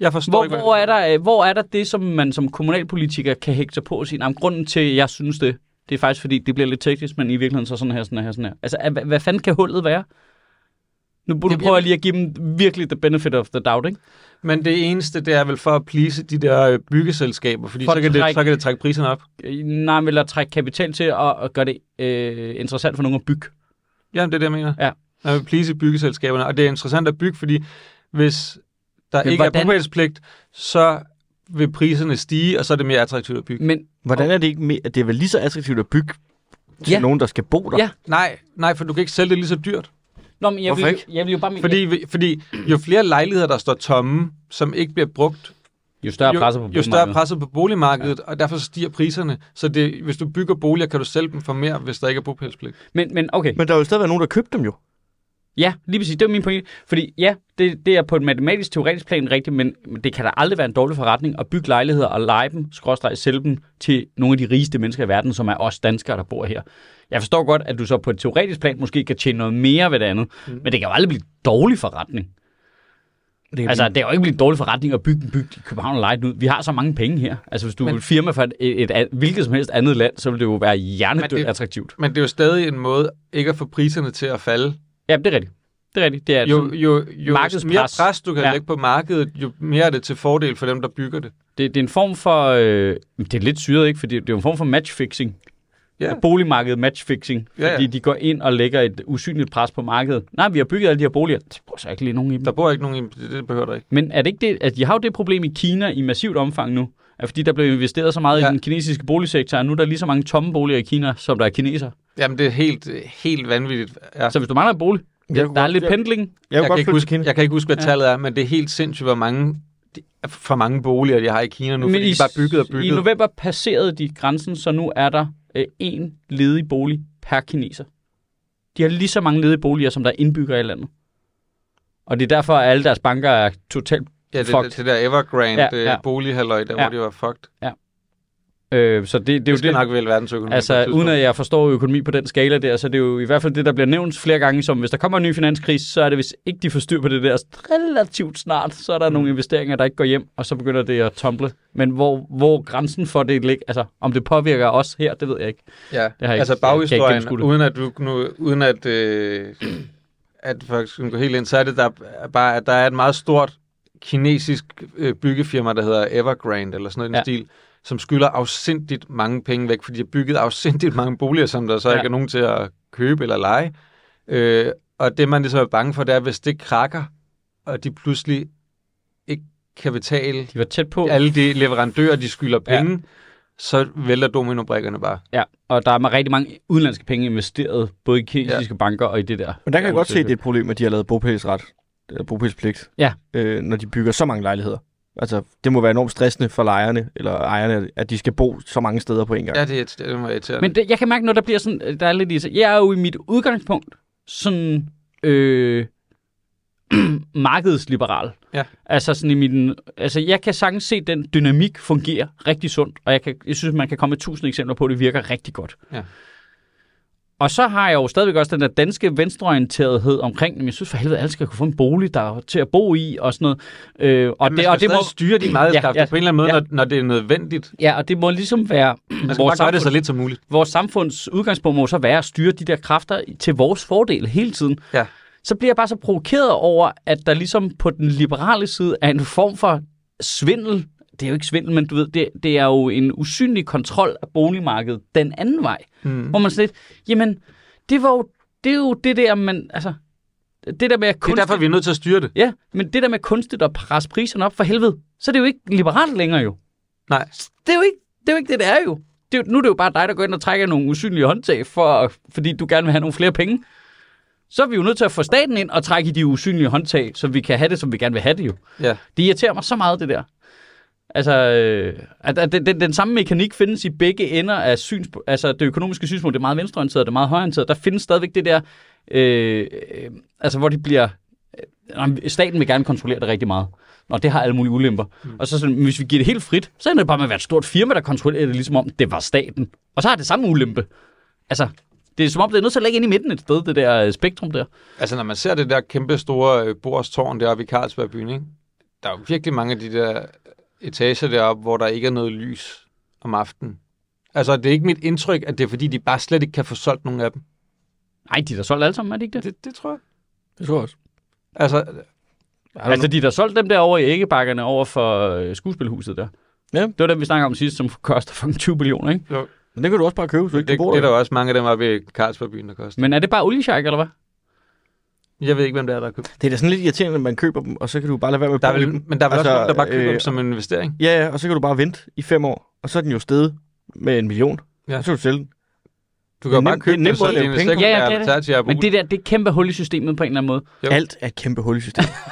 B: Jeg forstår
A: Hvor,
B: ikke, hvad-
A: hvor, er der, øh, hvor er der det, som man som kommunalpolitiker kan hægte sig på og sige, "Nå, men grunden til, at jeg synes det, det er faktisk fordi, det bliver lidt teknisk, men i virkeligheden så sådan her, sådan her, sådan her. Altså, hvad, hvad fanden kan hullet være? Nu
B: Jamen,
A: prøver jeg lige at give dem virkelig the benefit of the doubt, ikke?
B: Men det eneste, det er vel for at please de der øh, byggeselskaber, fordi
A: For
B: så kan, det,
A: træk.
B: så kan det trække priserne op.
A: Øh, Nej, men at trække kapital til og, og gøre det øh, interessant for nogen at bygge.
B: Jamen, det er det, jeg mener.
A: Ja.
B: Man vil please byggeselskaberne, og det er interessant at bygge, fordi hvis der
A: Men
B: Men ikke hvordan?
A: hvordan-
B: er bopælspligt, så vil priserne stige, og så er det mere attraktivt at bygge.
A: Men
C: Hvordan er det ikke mere? Det er vel lige så attraktivt at bygge til
A: Ja.
C: ja. nogen, der skal bo der?
A: Ja.
B: Nej, nej, for du kan ikke sælge det lige så dyrt.
A: Nå, men jeg, vil,
C: Hvorfor
A: jo- jeg vil jo bare mene, fordi,
B: Fordi, fordi jo flere lejligheder, der står tomme, som ikke bliver brugt,
A: jo større
B: jo,
A: presser på
B: jo større
A: boligmarkedet.
B: presset på boligmarkedet, ja. og derfor stiger priserne. Så det, hvis du bygger boliger, kan du sælge dem for mere, hvis der ikke er bopælspligt.
A: Men, men okay,
C: Men der er jo stadig været nogen, der købte dem jo.
A: ja, lige præcis, det var min pointe. Fordi ja, det, det er på et matematisk teoretisk plan rigtigt, men men det kan da aldrig være en dårlig forretning at bygge lejligheder og lege dem, skråstreg sælge dem til nogle af de rigeste mennesker i verden, som er os danskere, der bor her. Jeg forstår godt, at du så på et teoretisk plan måske kan tjene noget mere ved det andet, mm.
B: Mhm.
A: men det kan jo aldrig blive en dårlig forretning.
C: Det er
A: Altså, det er jo ikke blevet en dårlig forretning at bygge en byg i København og lege den ud. Vi har så mange penge her. Altså, hvis du men, er et firma fra et, et, et, hvilket som helst andet land, så vil det jo være hjernedødt
B: det-
A: attraktivt.
B: Men det er jo stadig en måde ikke at få priserne til at falde.
A: Ja, det er rigtigt. Det er rigtigt. Det er
B: Jo, jo, jo mere
A: Markedspres.
B: pres, du kan
A: Ja.
B: ja. lægge på markedet, jo mere er det til fordel for dem, der bygger det.
A: Det, det er en form for... Øh, det er lidt syret, ikke? For det, det er jo en form for matchfixing.
B: Ja.
A: Boligmarkedet matchfixing.
B: Ja, ja.
A: Fordi de går ind og lægger et usynligt pres på markedet. Nej, vi har bygget alle de her boliger. Der bor så ikke lige nogen i dem.
B: Der bor ikke nogen i det, det behøver der ikke.
A: Men er det ikke det, at de har jo det problem i Kina i massivt omfang nu? At fordi der blev investeret så meget ja. i
B: Ja.
A: den kinesiske boligsektor, og nu er der lige så mange tomme boliger i Kina, som der er kineser.
B: Jamen, det er helt, helt vanvittigt. Ja.
A: Så hvis du mangler en bolig,
C: Jeg kunne
A: der er
C: godt-
A: lidt
C: jeg-
A: pendling.
C: Jeg,
B: jeg,
C: kan
B: kan
C: godt
B: ikke
C: flytte til
B: huske,
C: Kina.
B: jeg kan ikke huske, hvad
A: Ja.
B: ja. tallet er, men det er helt sindssygt, hvor mange, det er for mange boliger, de har i Kina nu, men fordi de bare bygget og
A: i
B: bygget.
A: november passerede de grænsen, så nu er der øh, en ledig bolig per kineser. De har lige så mange ledige boliger, som der er indbyggere i landet. Og det er derfor, at alle deres banker er totalt...
B: ja, det,
A: fucked.
B: det, det der Evergrande
A: Ja,
B: ja,
A: ja.
B: ja. bolighalløj, der
A: Ja.
B: ja. hvor de var fucked.
A: Øh, så det, det er
B: Det
A: jo
B: skal
A: det.
B: det. nok vel verdensøkonomi. på et
A: Altså,
B: tidspunkt.
A: uden at jeg forstår økonomi på den skala der, så det er jo i hvert fald det, der bliver nævnt flere gange, som hvis der kommer en ny finanskrise, så er det, hvis ikke de får styr på det der, så relativt snart, så er
B: Mm.
A: der nogle investeringer, der ikke går hjem, og så begynder det at tumble. Men hvor, hvor grænsen for det ligger, altså om det påvirker os her, det ved jeg ikke.
B: Ja,
A: jeg ikke- jeg
B: altså
A: kan ikke
B: baghistorien,
A: gennemskue det.
B: uden at du nu, uden at, øh, at folk skal gå helt ind, så er det der er bare, at der er et meget stort kinesisk øh, byggefirma, der hedder Evergrande, eller sådan noget i den
A: Ja.
B: ja. stil, som skylder afsindigt mange penge væk, fordi de har bygget afsindigt mange boliger, som der så
A: Ja.
B: ja. ikke er nogen til at købe eller lege. Øh, og det, man ligesom er bange for, det er, hvis det krakker, og de pludselig ikke kan betale
A: De var tæt på.
B: alle de leverandører, de skylder
A: Ja.
B: penge, ja. så vælter dominobrikkerne bare.
A: Ja, og der er rigtig mange udenlandske penge investeret, både i kinesiske ja. banker og i det der.
C: Men der kan jeg godt se, at det
A: det.
C: er et problem, at de har lavet bopælsret. Eller bopælspligt.
A: Ja.
C: Øh, når de bygger så mange lejligheder. Altså, det må være enormt stressende for lejerne, eller ejerne, at de skal bo så mange steder på en gang.
B: Ja, det er et- det må være irriterende.
A: Men det, jeg kan mærke, når der bliver sådan, øh, der er lidt i sig. Jeg er jo i mit udgangspunkt sådan øh, markedsliberal.
B: Ja.
A: Altså sådan i min, altså jeg kan sagtens se, at den dynamik fungerer rigtig sundt, og jeg, kan, jeg synes, man kan komme med tusind eksempler på, at det virker rigtig godt.
B: Ja.
A: Og så har jeg jo stadigvæk også den der danske venstreorienterethed omkring, men jeg synes for helvede, at alle skal kunne få en bolig, der er til at bo i og sådan noget. Øh, og,
B: det, og det må styre de meget ja, ja, på en eller anden måde,
A: ja.
B: ja. når, når det er nødvendigt.
A: ja, og det må ligesom være
B: Man skal bare gøre det så lidt som muligt.
A: vores samfunds udgangspunkt må så være at styre de der kræfter til vores fordel hele tiden.
B: Ja.
A: Så bliver jeg bare så provokeret over, at der ligesom på den liberale side er en form for svindel. Det er jo ikke svindel, men du ved, det, det er jo en usynlig kontrol af boligmarkedet den anden vej. Mm. Hvor man sådan lidt, jamen, det var jo det, er jo det der, man, altså, det der med at
B: Det er derfor, vi er nødt til at styre det.
A: Ja, men det der med kunstigt at presse priserne op for helvede, så er det jo ikke liberalt længere jo.
B: Nej.
A: Det er jo ikke det, er jo ikke det, det er jo. Det er, jo- nu er det jo bare dig, der går ind og trækker nogle usynlige håndtag, for, fordi du gerne vil have nogle flere penge. Så er vi jo nødt til at få staten ind og trække i de usynlige håndtag, så vi kan have det, som vi gerne vil have det jo.
B: Ja.
A: Det irriterer mig så meget, det der. Altså, øh, at, at den, den, den samme mekanik findes i begge ender af syns, altså det økonomiske synspunkt, det er meget venstreorienteret, det er meget højreorienteret. Der findes stadigvæk det der, øh, øh, altså hvor det bliver, øh, nå, staten vil gerne kontrollere det rigtig meget. Og det har alle mulige ulemper. Mm. Og så sådan, hvis vi giver det helt frit, så ender det bare med at være et stort firma, der kontrollerer det, ligesom om det var staten. Og så har det samme ulempe. Altså, det er som om, det er nødt til at ligge ind i midten et sted, det der øh, spektrum der.
B: Altså, når man ser det der kæmpe store øh, Borstårn deroppe i Carlsberg byen, ikke? der er jo virkelig mange af de der etager deroppe, hvor der ikke er noget lys om aftenen. Altså, det er ikke mit indtryk, at det er fordi, de bare slet ikke kan få solgt nogen af dem.
A: Nej, de er da solgt alle sammen, er det ikke det?
B: Det, det tror jeg.
C: det tror jeg også.
B: Altså,
A: Altså, de der solgte dem der over i æggebakkerne over for øh, skuespilhuset der.
C: Ja.
A: Det var dem, vi snakkede om sidst, som koster fucking 20 millioner, ikke?
C: Men det kan du også bare købe, hvis du
B: det,
C: ikke
B: det,
C: bor
B: det er
C: der.
B: der jo også mange af dem oppe i Carlsberg byen, der koster.
A: Men er det bare oliesjak, eller hvad?
B: Jeg ved ikke, hvem det er, der har købt.
C: Det er da sådan lidt irriterende, at man køber dem, og så kan du bare lade være med at
B: Der er
C: bruge
B: vel,
C: dem.
B: men der er vel altså,
C: Altså,
B: også nogen, der bare køber øh,
C: øh,
B: dem som en investering.
C: Ja, ja, og så kan du bare vente i fem år, og så er den jo steget med en million.
B: Ja.
C: Ja. Så kan du sælge den.
B: Du kan jo
C: men
B: bare
C: nem-
B: købe
C: det er
B: dem,
C: nemt
B: så
C: at
B: det er en
C: lave penge.
B: investering,
A: Ja, ja,
B: der er
A: det er
B: betalt til at bruge.
A: Men det der, det er et kæmpe hul i systemet på en eller anden måde.
B: Jo.
C: Alt er et kæmpe hul i systemet.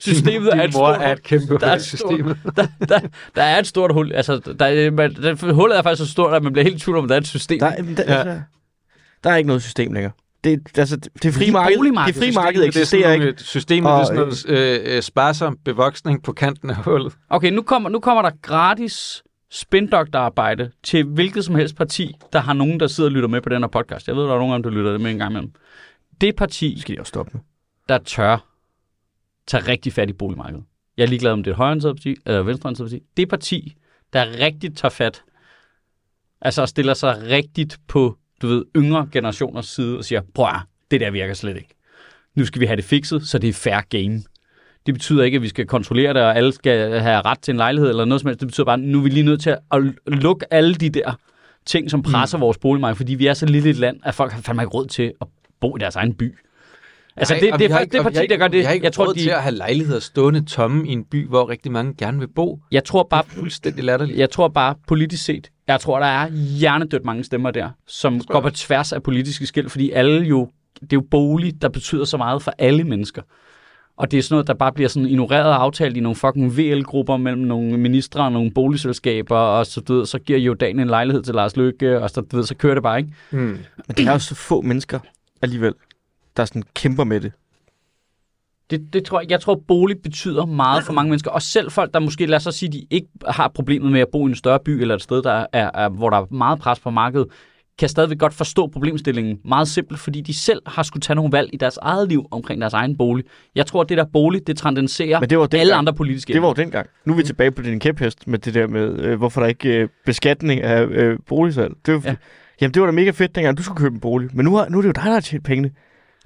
A: Systemet er et
B: Din mor
A: stort
B: er et kæmpe
A: Der er
B: hul i
A: et stort-
B: systemet.
A: Der, der, der er et stort hul. Altså, der, man, der, hullet er faktisk så stort, at man bliver helt i tvivl om, at der er et system.
C: Der, er- der,
B: Ja.
C: ja. der er ikke noget system længere. Det, altså, det,
A: Fordi
C: det frie marked, det frie
A: boligmarkedet-
C: marked
B: Det er sådan
C: eksisterer
B: nogle,
C: ikke.
B: øh, Systemet det er
C: Og,
B: sådan noget øh, øh, sparsom bevoksning på kanten af hullet.
A: Okay, nu kommer, nu kommer der gratis spindokterarbejde til hvilket som helst parti, der har nogen, der sidder og lytter med på den her podcast. Jeg ved, der er nogen af dem, der lytter det med en gang imellem. Det parti,
C: Det skal de også stoppe med.
A: der tør tage rigtig fat i boligmarkedet. Jeg er ligeglad om det er et højreorienteret parti, eller venstreorienteret parti. Det parti, der rigtig tager fat, altså stiller sig rigtigt på, du ved, yngre generationers side og siger, prøv at, høre, det der virker slet ikke. Nu skal vi have det fikset, så det er fair game. Det betyder ikke, at vi skal kontrollere det, og alle skal have ret til en lejlighed eller noget som helst. Det betyder bare, at nu er vi lige nødt til at lukke alle de der ting, som presser mm. vores boligmarked, fordi vi er så lille et land, at folk har fandme ikke råd til at bo i deres egen by. Altså,
B: Nej,
A: det,
B: og
A: det
B: vi
A: er
B: har
A: faktisk
B: ikke-
A: det
B: og vi har
A: parti,
B: ikke-
A: der gør det.
B: Vi har ikke
A: Jeg tror,
B: råd til
A: de,
B: at have lejligheder stående tomme i en by, hvor rigtig mange gerne vil bo.
A: jeg tror bare,
B: Fuldstændig latterligt.
A: jeg tror bare politisk set, jeg tror, der er hjernedødt mange stemmer der, som går på tværs af politiske skil, fordi alle jo, det er jo bolig, der betyder så meget for alle mennesker. Og det er sådan noget, der bare bliver sådan ignoreret og aftalt i nogle fucking VL-grupper mellem nogle ministre og nogle boligselskaber, og så, du ved, så giver jo dagen en lejlighed til Lars Løkke, og så, du ved, så kører det bare, ikke?
B: Hmm.
C: Men der er jo så få mennesker alligevel, der sådan kæmper med det.
A: Det, det tror jeg, jeg tror, bolig betyder meget for mange mennesker. Og selv folk, der måske, lad os så sige, de ikke har problemet med at bo i en større by eller et sted, der er, er, hvor der er meget pres på markedet, kan stadigvæk godt forstå problemstillingen meget simpelt, fordi de selv har skulle tage nogle valg i deres eget liv omkring deres egen bolig. Jeg tror, at det der bolig, det transcenderer
C: Men det var
A: alle
C: dengang.
A: andre Mm. politiske.
C: Det var jo dengang. Nu er vi tilbage på din kæphest med det der med, øh, hvorfor der ikke øh, beskatning af øh, boligsalg. Det var,
A: Ja.
C: ja. Jamen, det var da mega fedt dengang, du skulle købe en bolig. Men nu, har, nu er det jo dig, der har tjent pengene.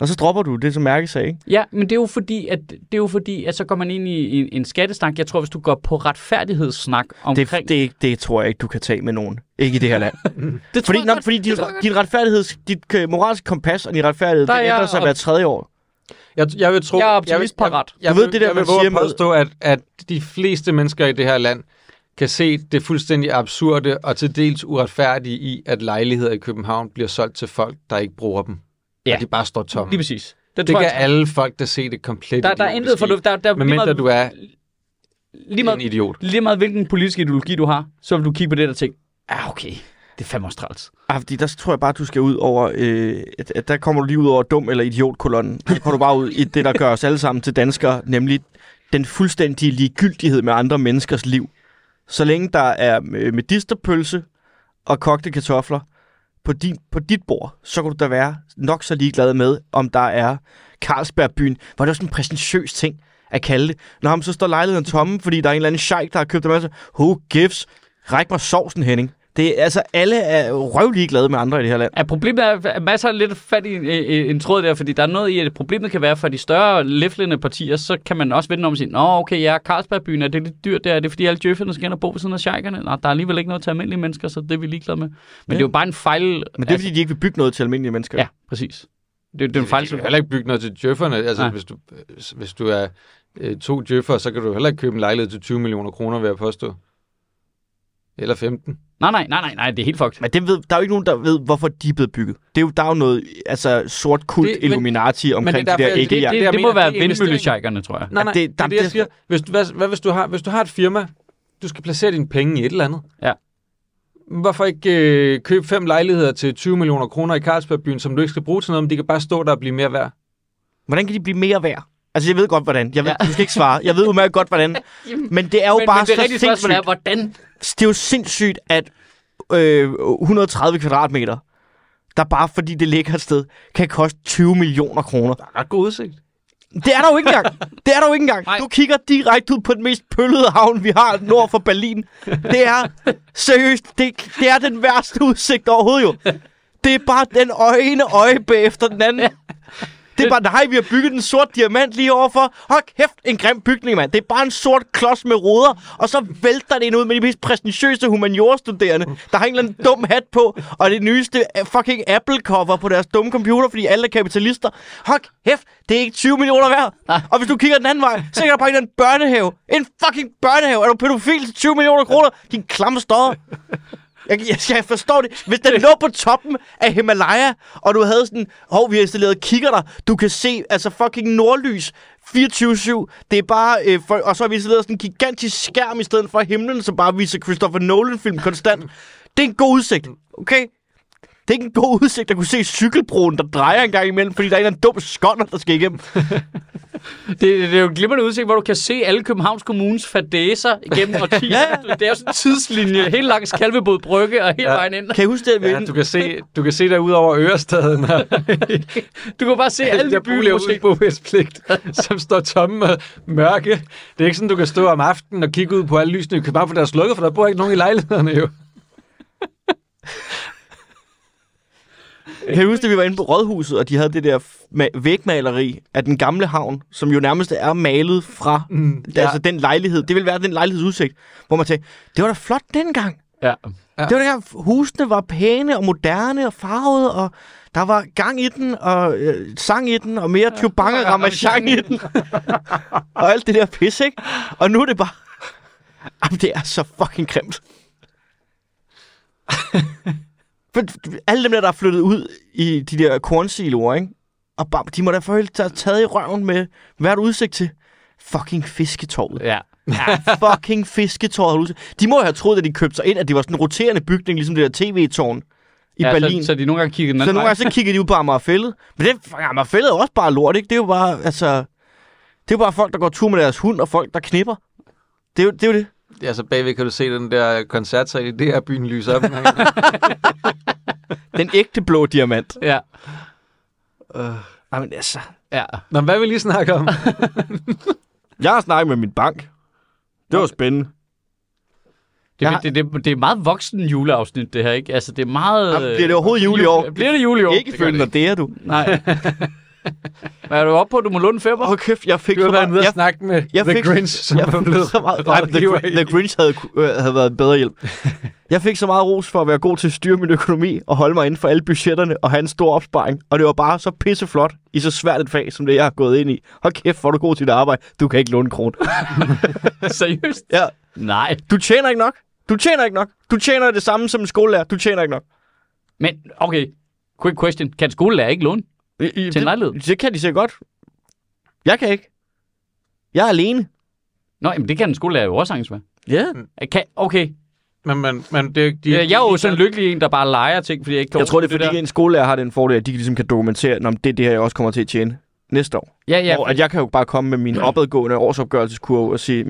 C: Og så dropper du det som mærkesag, ikke?
A: Ja, men det er jo fordi, at, det er jo fordi, at så går man ind i en, en skattesnak. Jeg tror, hvis du går på retfærdighedssnak omkring...
C: Det, det, det tror jeg ikke, du kan tage med nogen. Ikke i det her land.
A: det tror
C: fordi
A: jeg
C: når,
A: godt.
C: fordi din,
A: Det tror jeg godt.
C: din retfærdigheds, dit øh, moralske kompas og din retfærdighed,
A: Der er
C: det ændrer
A: jeg
C: sig
A: op-
C: hver tredje år.
B: Jeg, jeg vil tro...
A: Jeg er
B: jeg vil, jeg,
A: optimistparat.
B: jeg,
C: Du ved
B: vil-
C: det der,
B: jeg vil
C: man
B: våge
C: siger
B: at
C: med-
B: påstå, at, at de fleste mennesker i det her land kan se det fuldstændig absurde og til dels uretfærdige i, at lejligheder i København bliver solgt til folk, der ikke bruger dem.
A: Ja.
B: Ja. Og de bare står tomme.
A: Lige præcis.
B: det
A: tror
B: kan
A: jeg-
B: alle folk, der ser det komplet
A: Der, der er
B: idiotisk
A: intet
B: i.
A: fornuft. Der, der, lige
B: Medmindre
A: meget-
B: du er
A: lige
B: en
A: meget,
B: idiot.
A: lige meget hvilken politisk ideologi du har, så vil du kigge på det og tænke, ah okay, det er fandme også træls.
C: Ah, fordi der tror jeg bare, du skal ud over... Øh, at, at der kommer du lige ud over dum eller idiotkolonnen. Der kommer du bare ud i det, der gør os alle sammen til danskere, nemlig den fuldstændige ligegyldighed med andre menneskers liv. Så længe der er øh, medisterpølse og kogte kartofler på, din, på dit bord, så kan du da være nok så ligeglad med, om der er Carlsbergbyen. Var det også en præsentøs ting at kalde det? Når ham så står lejligheden tomme, fordi der er en eller anden sheik, der har købt en masse. Who gives? Ræk mig sovsen, Henning. Det er, altså, alle er røvlig glade med andre i det her land.
A: Ja, problemet er, at masser er lidt fat i en, en, en tråd der, fordi der er noget i, at problemet kan være for de større læflende partier, så kan man også vende om og sige, nå okay, ja, Carlsbergbyen, er det lidt dyrt der? Er det fordi alle djøfferne skal ind og bo ved siden af sjejkerne? Nej, der er alligevel ikke noget til almindelige mennesker, så det er vi ligeglade med. Men ja. det er jo bare en fejl.
C: Men det
A: Altså-
C: er, fordi de ikke vil bygge noget til almindelige mennesker.
A: Ja, præcis. Det, er- det er en fejl.
B: Du kan heller ikke bygge noget til djøfferne. Altså,
A: Nej.
B: hvis du, øh, hvis du er øh, to djøffer, så kan du heller ikke købe en lejlighed til 20 millioner kroner, vil jeg påstå. Eller 15.
A: Nej, nej, nej, nej, nej, det er helt fucked.
C: Men det ved, der er jo ikke nogen, der ved, hvorfor de er blevet bygget. Det er jo, der er jo noget altså, sort kult
B: Det-
C: det,
B: men-
C: Illuminati omkring
B: derfor,
C: de der
B: jeg-
A: Det, det,
C: ikke det,
A: det,
B: jeg
A: det, det
B: mener,
A: må være
B: det er investering.
A: vindmøllesjejkerne, tror jeg.
B: Nej, nej,
C: det-
B: det, det, er
C: jamen,
B: det, jeg
C: det-
B: siger. Hvis du, hvad, hvad hvis du har, hvis du har et firma, du skal placere dine penge i et eller andet.
A: Ja.
B: Hvorfor ikke øh, købe fem lejligheder til 20 millioner kroner i Carlsbergbyen, som du ikke skal bruge til noget, men de kan bare stå der og blive mere værd?
C: Hvordan kan de blive mere værd? Altså, jeg ved godt, hvordan. Jeg ved, ja. Du skal ikke svare. Jeg ved udmærket godt, hvordan. Men det er jo
A: Men,
C: bare
A: men det
C: så
A: rigtige
C: sindssygt.
A: spørgsmål er, hvordan?
C: Det er jo sindssygt, at øh, 130 kvadratmeter, der bare fordi det ligger et sted, kan koste 20 millioner kroner.
B: Ret god udsigt.
C: Det er der jo ikke engang. Det er der jo ikke engang.
A: Nej.
C: Du kigger direkte ud på den mest pøllede havn, vi har nord for Berlin. Det er seriøst, det, det er den værste udsigt overhovedet jo. Det er bare den øje- ene øje bagefter den anden. Det er bare, nej, vi har bygget en sort diamant lige overfor. Hold kæft, en grim bygning, mand. Det er bare en sort klods med ruder, og så vælter det ind ud med de mest præsentiøse humaniorstuderende, der har en eller anden dum hat på, og det nyeste øh, fucking Apple-cover på deres dumme computer, fordi alle er kapitalister. Hold kæft, det er ikke 20 millioner værd. Og hvis du kigger den anden vej, så kan der bare en eller anden børnehave. En fucking børnehave. Er du pædofil til 20 millioner kroner? Din klamme stodder. Jeg, jeg, jeg forstår det. Hvis den lå på toppen af Himalaya, og du havde sådan, hov, vi har installeret kikkerter, du kan se, altså fucking nordlys, 24-7, det er bare, øh, for, og så har vi installeret sådan en gigantisk skærm i stedet for himlen, som bare viser Christopher Nolan-film konstant. Det er en god udsigt, okay? Det er ikke en god udsigt at kunne se cykelbroen, der drejer en gang imellem, fordi der er en eller anden dum skånder, der skal igennem.
A: Det, det, det er jo en glimrende udsigt, hvor du kan se alle Københavns Kommunes fadæser igennem årtier. ja. Det er jo sådan en tidslinje, helt langs Kalvebod Brygge og hele ja. vejen ind.
C: Kan I huske det?
B: Ja, du kan se, du kan se der ud over Ørestaden og
A: Du kan bare se alle
B: alle
A: de
B: der boliger
A: byer.
B: uden bopælspligt, som står tomme og mørke. Det er ikke sådan, du kan stå om aftenen og kigge ud på alle lysene i København, for der er slukket, for der bor ikke nogen i lejlighederne jo.
C: Kan du huske, at vi var inde på Rådhuset, og de havde det der f- ma- vægmaleri af den gamle havn, som jo nærmest er malet fra mm,
B: ja.
C: ja. altså den lejlighed. Det ville være den lejlighedsudsigt, hvor man tænkte, det var da flot dengang.
A: Ja.
C: Ja. Det var dengang, husene var pæne og moderne og farvede, og der var gang i den, og øh, sang i den, og mere ja. tjubang og ramachang i den. og alt det der pis, ikke? Og nu er det bare... Jamen, det er så fucking grimt. For alle dem der, der er flyttet ud i de der kornsiloer, ikke? Og bam, de må da for helvede have taget i røven med hvert udsigt til fucking fisketorvet.
A: ja.
C: fucking fisketårn. har du set? De må jo have troet, at de købte sig ind, at det var sådan en roterende bygning, ligesom det der tv-tårn i ja, Berlin.
A: Så,
C: Så,
A: så de nogle gange kigger den
C: så,
A: anden
C: nogle
A: vej.
C: gange så kiggede de ud på Amagerfællet. Men det, fuck, Amagerfællet er jo også bare lort, ikke? Det er jo bare, altså... Det er jo bare folk, der går tur med deres hund, og folk, der knipper. Det er jo det. Er jo det.
B: Ja, så bagved kan du se den der koncertsal i det her byen lyser op.
C: Den ægte blå diamant.
A: Ja.
C: Jamen altså...
A: Ja.
B: Nå, hvad vil I snakke om?
C: Jeg har snakket med min bank. Det var spændende.
A: Det,
C: Jeg
A: ja.
C: har-
A: Det, det, det, det, er meget voksen juleafsnit, det her, ikke? Altså, det er meget...
C: Jamen, bliver
A: øh,
C: det overhovedet jul i
A: jule-
C: år?
A: Bliver det jul i år?
C: Ikke følge dig det, er du.
A: Nej. Hvad er du oppe på? Du må låne en femmer?
C: Åh, kæft, jeg fik
B: Du har
C: så
B: været nede
C: meget...
B: og
C: Jeg,
B: snakke med
C: jeg
B: The
C: fik-
B: Grinch, som
C: jeg
B: var
C: fik
B: blevet
C: så meget... Nej, The,
B: rådgiver
C: Gr- The
B: i.
C: Grinch havde, ku- øh, havde været en bedre hjælp. Jeg fik så meget ros for at være god til at styre min økonomi og holde mig inden for alle budgetterne og have en stor opsparing. Og det var bare så pisseflot i så svært et fag, som det jeg har gået ind i. Hold kæft, hvor er du god til dit arbejde. Du kan ikke låne en krone.
A: Seriøst?
C: Ja.
A: Nej.
C: Du tjener ikke nok. Du tjener ikke nok. Du tjener det samme som en skolelærer. Du tjener ikke nok.
A: Men, okay. Quick question. Kan skolelærer ikke låne?
C: I, I,
A: Til en lejlighed?
C: det, det kan de så godt. Jeg kan ikke. Jeg er alene.
A: Nå, jamen det kan en skolelærer jo også sagtens være.
C: Ja.
A: Øh, Kan, okay.
B: Men, men, men det er jo ikke... De,
A: Øh, Jeg, jeg er jo
B: de-
A: sådan en lykkelig en, der bare leger ting, fordi jeg ikke kan
C: Jeg tror, det er
A: overskue
C: fordi, en skolelærer har den fordel, at de ligesom kan dokumentere, om det er det her, jeg også kommer til at tjene næste år.
A: der. Ja, ja.
C: Ja. Og at jeg kan jo bare komme med min opadgående årsopgørelseskurve og sige,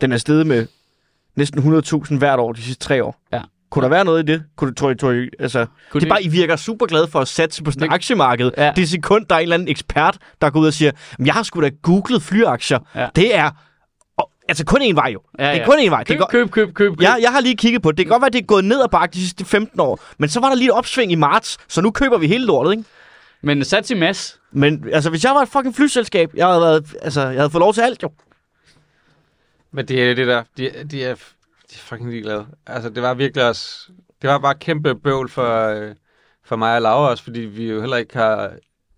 C: den er steget med næsten 100.000 hvert år de sidste tre år.
A: Ja.
C: Kunne der være noget i det? Kunne du, tror, I, tror I, altså, det
A: Kunne
C: er bare, I virker super glade for at satse på sådan et
A: Det-
C: aktiemarked.
A: Ja.
C: Det er sekund, der er en eller anden ekspert, der går ud og siger, "Men jeg har sgu da googlet flyaktier.
A: Ja.
C: Det er og, altså kun én vej jo.
A: Ja,
C: Det
A: ja.
C: er kun én vej. det
A: køb,
C: går,
A: køb, køb, køb, køb.
C: jeg, jeg har lige kigget på det. Det kan godt være, det er gået ned ad bakke de sidste 15 år. Men så var der lige et opsving i marts, så nu køber vi hele lortet, ikke?
A: Men sats i mas.
C: Men altså, hvis jeg var et fucking flyselskab, jeg havde, været, altså, jeg havde fået lov til alt jo.
B: Men det er det der, de, de, er, de er fucking ligeglade. Altså, det var virkelig også, det var bare kæmpe bøvl for, øh, for mig og Laura også, fordi vi jo heller ikke har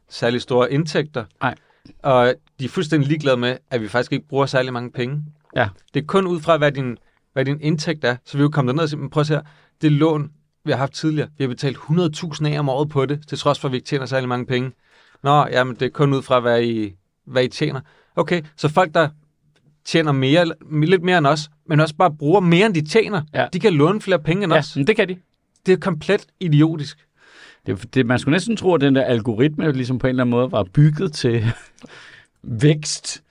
B: særlig store indtægter.
A: Nej.
B: Og de er fuldstændig ligeglade med, at vi faktisk ikke bruger særlig mange penge.
A: Ja.
B: Det er kun ud fra, hvad din, hvad din indtægt er. Så vi er jo kommet derned og sige, "Men prøv at se her, det lån, vi har haft tidligere, vi har betalt 100.000 af om året på det, til trods for, at vi ikke tjener særlig mange penge. Nå, jamen, det er kun ud fra, hvad I, hvad I tjener. Okay, så folk, der tjener mere, lidt mere end os, men også bare bruger mere, end de tjener.
A: Ja.
B: De kan låne flere penge end
A: Ja,
B: os.
A: men det kan de.
B: Det er komplet idiotisk.
A: Det, det, man skulle næsten tro, at den der algoritme ligesom på en eller anden måde var bygget til vækst.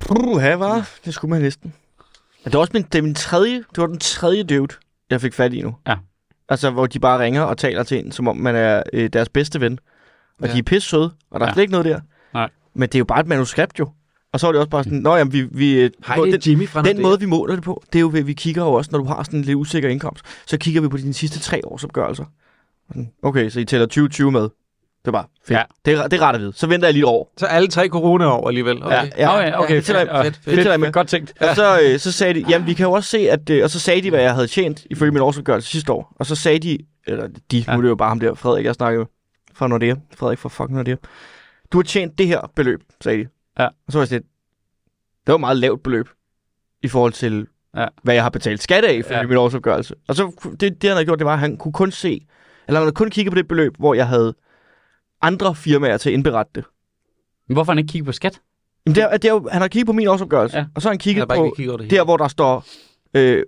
C: Puh, hvad var? Det skulle man næsten. Det var også min, det er min tredje, det var den tredje dude, jeg fik fat i nu.
A: Ja.
C: Altså, hvor de bare ringer og taler til en, som om man er øh, deres bedste ven. Og
B: Ja.
C: ja. de er pisse søde, og der er
A: Ja.
C: ja. slet ikke noget der.
A: Nej. Mm.
C: Men det er jo bare et manuskript jo. Og så var det også bare sådan, nå jamen, vi... vi øh,
B: Hej,
C: hvor-
B: det er Jimmy fra
C: Den
B: Nordea.
C: måde, vi måler det på, det er jo ved, at vi kigger jo også, når du har sådan en lidt usikker indkomst, så kigger vi på dine sidste tre års opgørelser. Sådan, Okay, så I tæller 2020 med. Det er bare fedt.
A: Ja.
C: Ja. Det, er, det er ret at vide. Så venter jeg lige et år.
B: Så alle tre corona-år alligevel. Okay.
C: Ja, ja.
A: Nå ja, okay.
C: det tæller
A: fedt,
C: jeg-
B: fedt, fedt,
A: fedt,
C: tæller jeg
A: fedt,
C: med.
A: fedt, godt tænkt.
C: Og så, øh, så sagde de, jamen vi kan jo også se, at, øh, og så sagde de, hvad jeg havde tjent ifølge min årsopgørelse sidste år. Og så sagde de, eller de, ja.
A: Ja.
C: nu er det jo bare ham der, Frederik, jeg snakkede med, fra Nordea. Frederik fra fucking Nordea. Du har tjent det her beløb, sagde de.
A: Ja.
C: Og så var jeg sådan lidt, det var et meget lavt beløb i forhold til,
A: Ja.
C: ja. hvad jeg har betalt skat af ifølge
A: Ja.
C: ja. min årsopgørelse. Og så ku- det, det, han havde gjort, det var, at han kunne kun se, eller han havde kun kigget på det beløb, hvor jeg havde andre firmaer til at indberette det.
A: Men hvorfor han ikke kigge på skat?
C: Jamen, det er, det er jo, han har kigget på min årsopgørelse,
A: Ja.
C: ja. og så har han
B: Jeg
C: kigget
B: har bare
C: på,
B: ikke kigget over det hele.
C: der, hvor der står, øh,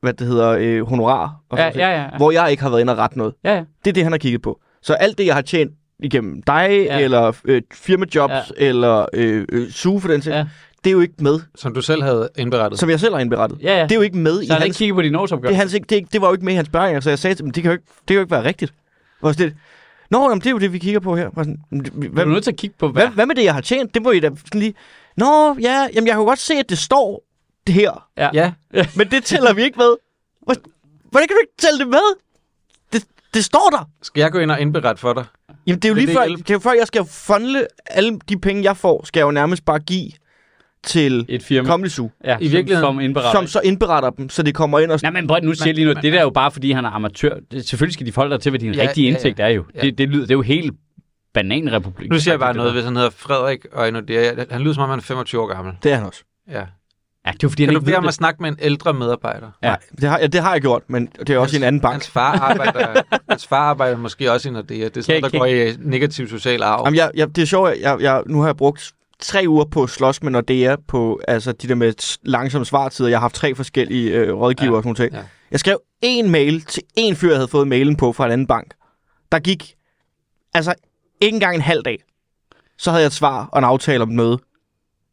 C: hvad det hedder, øh, honorar, og
A: Ja,
C: sådan
A: ja,
C: set,
A: ja. ja.
C: hvor jeg ikke har været inde og rette noget.
A: Ja, ja.
C: Det er det, han har kigget på. Så alt det, jeg har tjent igennem dig,
A: Ja.
C: ja. eller øh, firmajobs, ja. eller øh, øh, suge for den ting,
A: Ja.
C: ja. det er jo ikke med,
B: Som du selv havde indberettet.
C: som jeg selv har indberettet.
A: ja, ja.
C: Det er jo ikke med i
A: så han har
C: hans...
A: ikke kigget på din
C: Det, er
A: årsopgørelse.
C: hans ikke, det, er ikke- det var jo ikke med i hans beregninger, så jeg sagde til dem, det kan jo ikke, det kan jo ikke være rigtigt. Var sådan lidt, Nå, jamen, det er jo det, vi kigger på her. Var sådan, "Men det-
A: Hvem?
C: hvad,
A: Du er nødt til at kigge på, hvad?
C: hvad, hvad med det, jeg har tjent? Det må I da sådan lige... Nå, ja, jamen, jeg kan jo godt se, at det står det her.
B: Ja,
C: Men det tæller vi ikke med. Hvor- Hvordan kan du ikke tælle det med? Det, det står der.
B: skal jeg gå ind og indberette for dig?
C: Jamen, det er jo
B: Vil
C: lige
B: det
C: før,
B: hjælpe?
C: det er jo før, jeg skal fondle alle de penge, jeg får, skal jeg jo nærmest bare give til
A: Et firma.
C: kommende su,
A: ja,
B: I virkeligheden-
A: Som, som indberetter.
C: som så indberetter dem, så det kommer ind og...
A: Nej, men prøv at- nu siger jeg lige noget. Det der er jo bare, fordi han er amatør. Det, selvfølgelig skal de forholde dig til, hvad din
B: Ja,
A: ja, rigtige
B: ja, ja.
A: indtægt er jo.
B: Ja.
A: Det, det, lyder, det er jo helt bananrepublik.
B: Nu siger jeg bare
A: faktisk, det
B: noget,
A: der.
B: hvis han hedder Frederik og Nordea. Han lyder som om, han er 25 år gammel.
C: Det er han også.
A: Ja,
B: Ja.
A: det er jo fordi,
B: Kan
A: han
B: du
A: ikke
B: bede
A: ved
B: ham at
A: det.
B: snakke med en ældre medarbejder?
A: Ja.
C: Det har, ja, det har jeg gjort, men det er også i en anden bank.
B: Hans far arbejder, hans far arbejder måske også i Nordea. Det er sådan noget, der
A: Kan-
B: går i øh, negativ social arv.
C: Jamen, jeg, jeg, det er sjovt, at jeg, jeg, nu har jeg brugt tre uger på at slås med Nordea på altså, de der med s- langsomme svartider. Jeg har haft tre forskellige øh, rådgiver
B: Ja,
C: ja. og sådan noget.
B: ja.
C: Ja. Jeg skrev en mail til en fyr, jeg havde fået mailen på fra en anden bank. Der gik altså ikke engang en halv dag. Så havde jeg et svar og en aftale om noget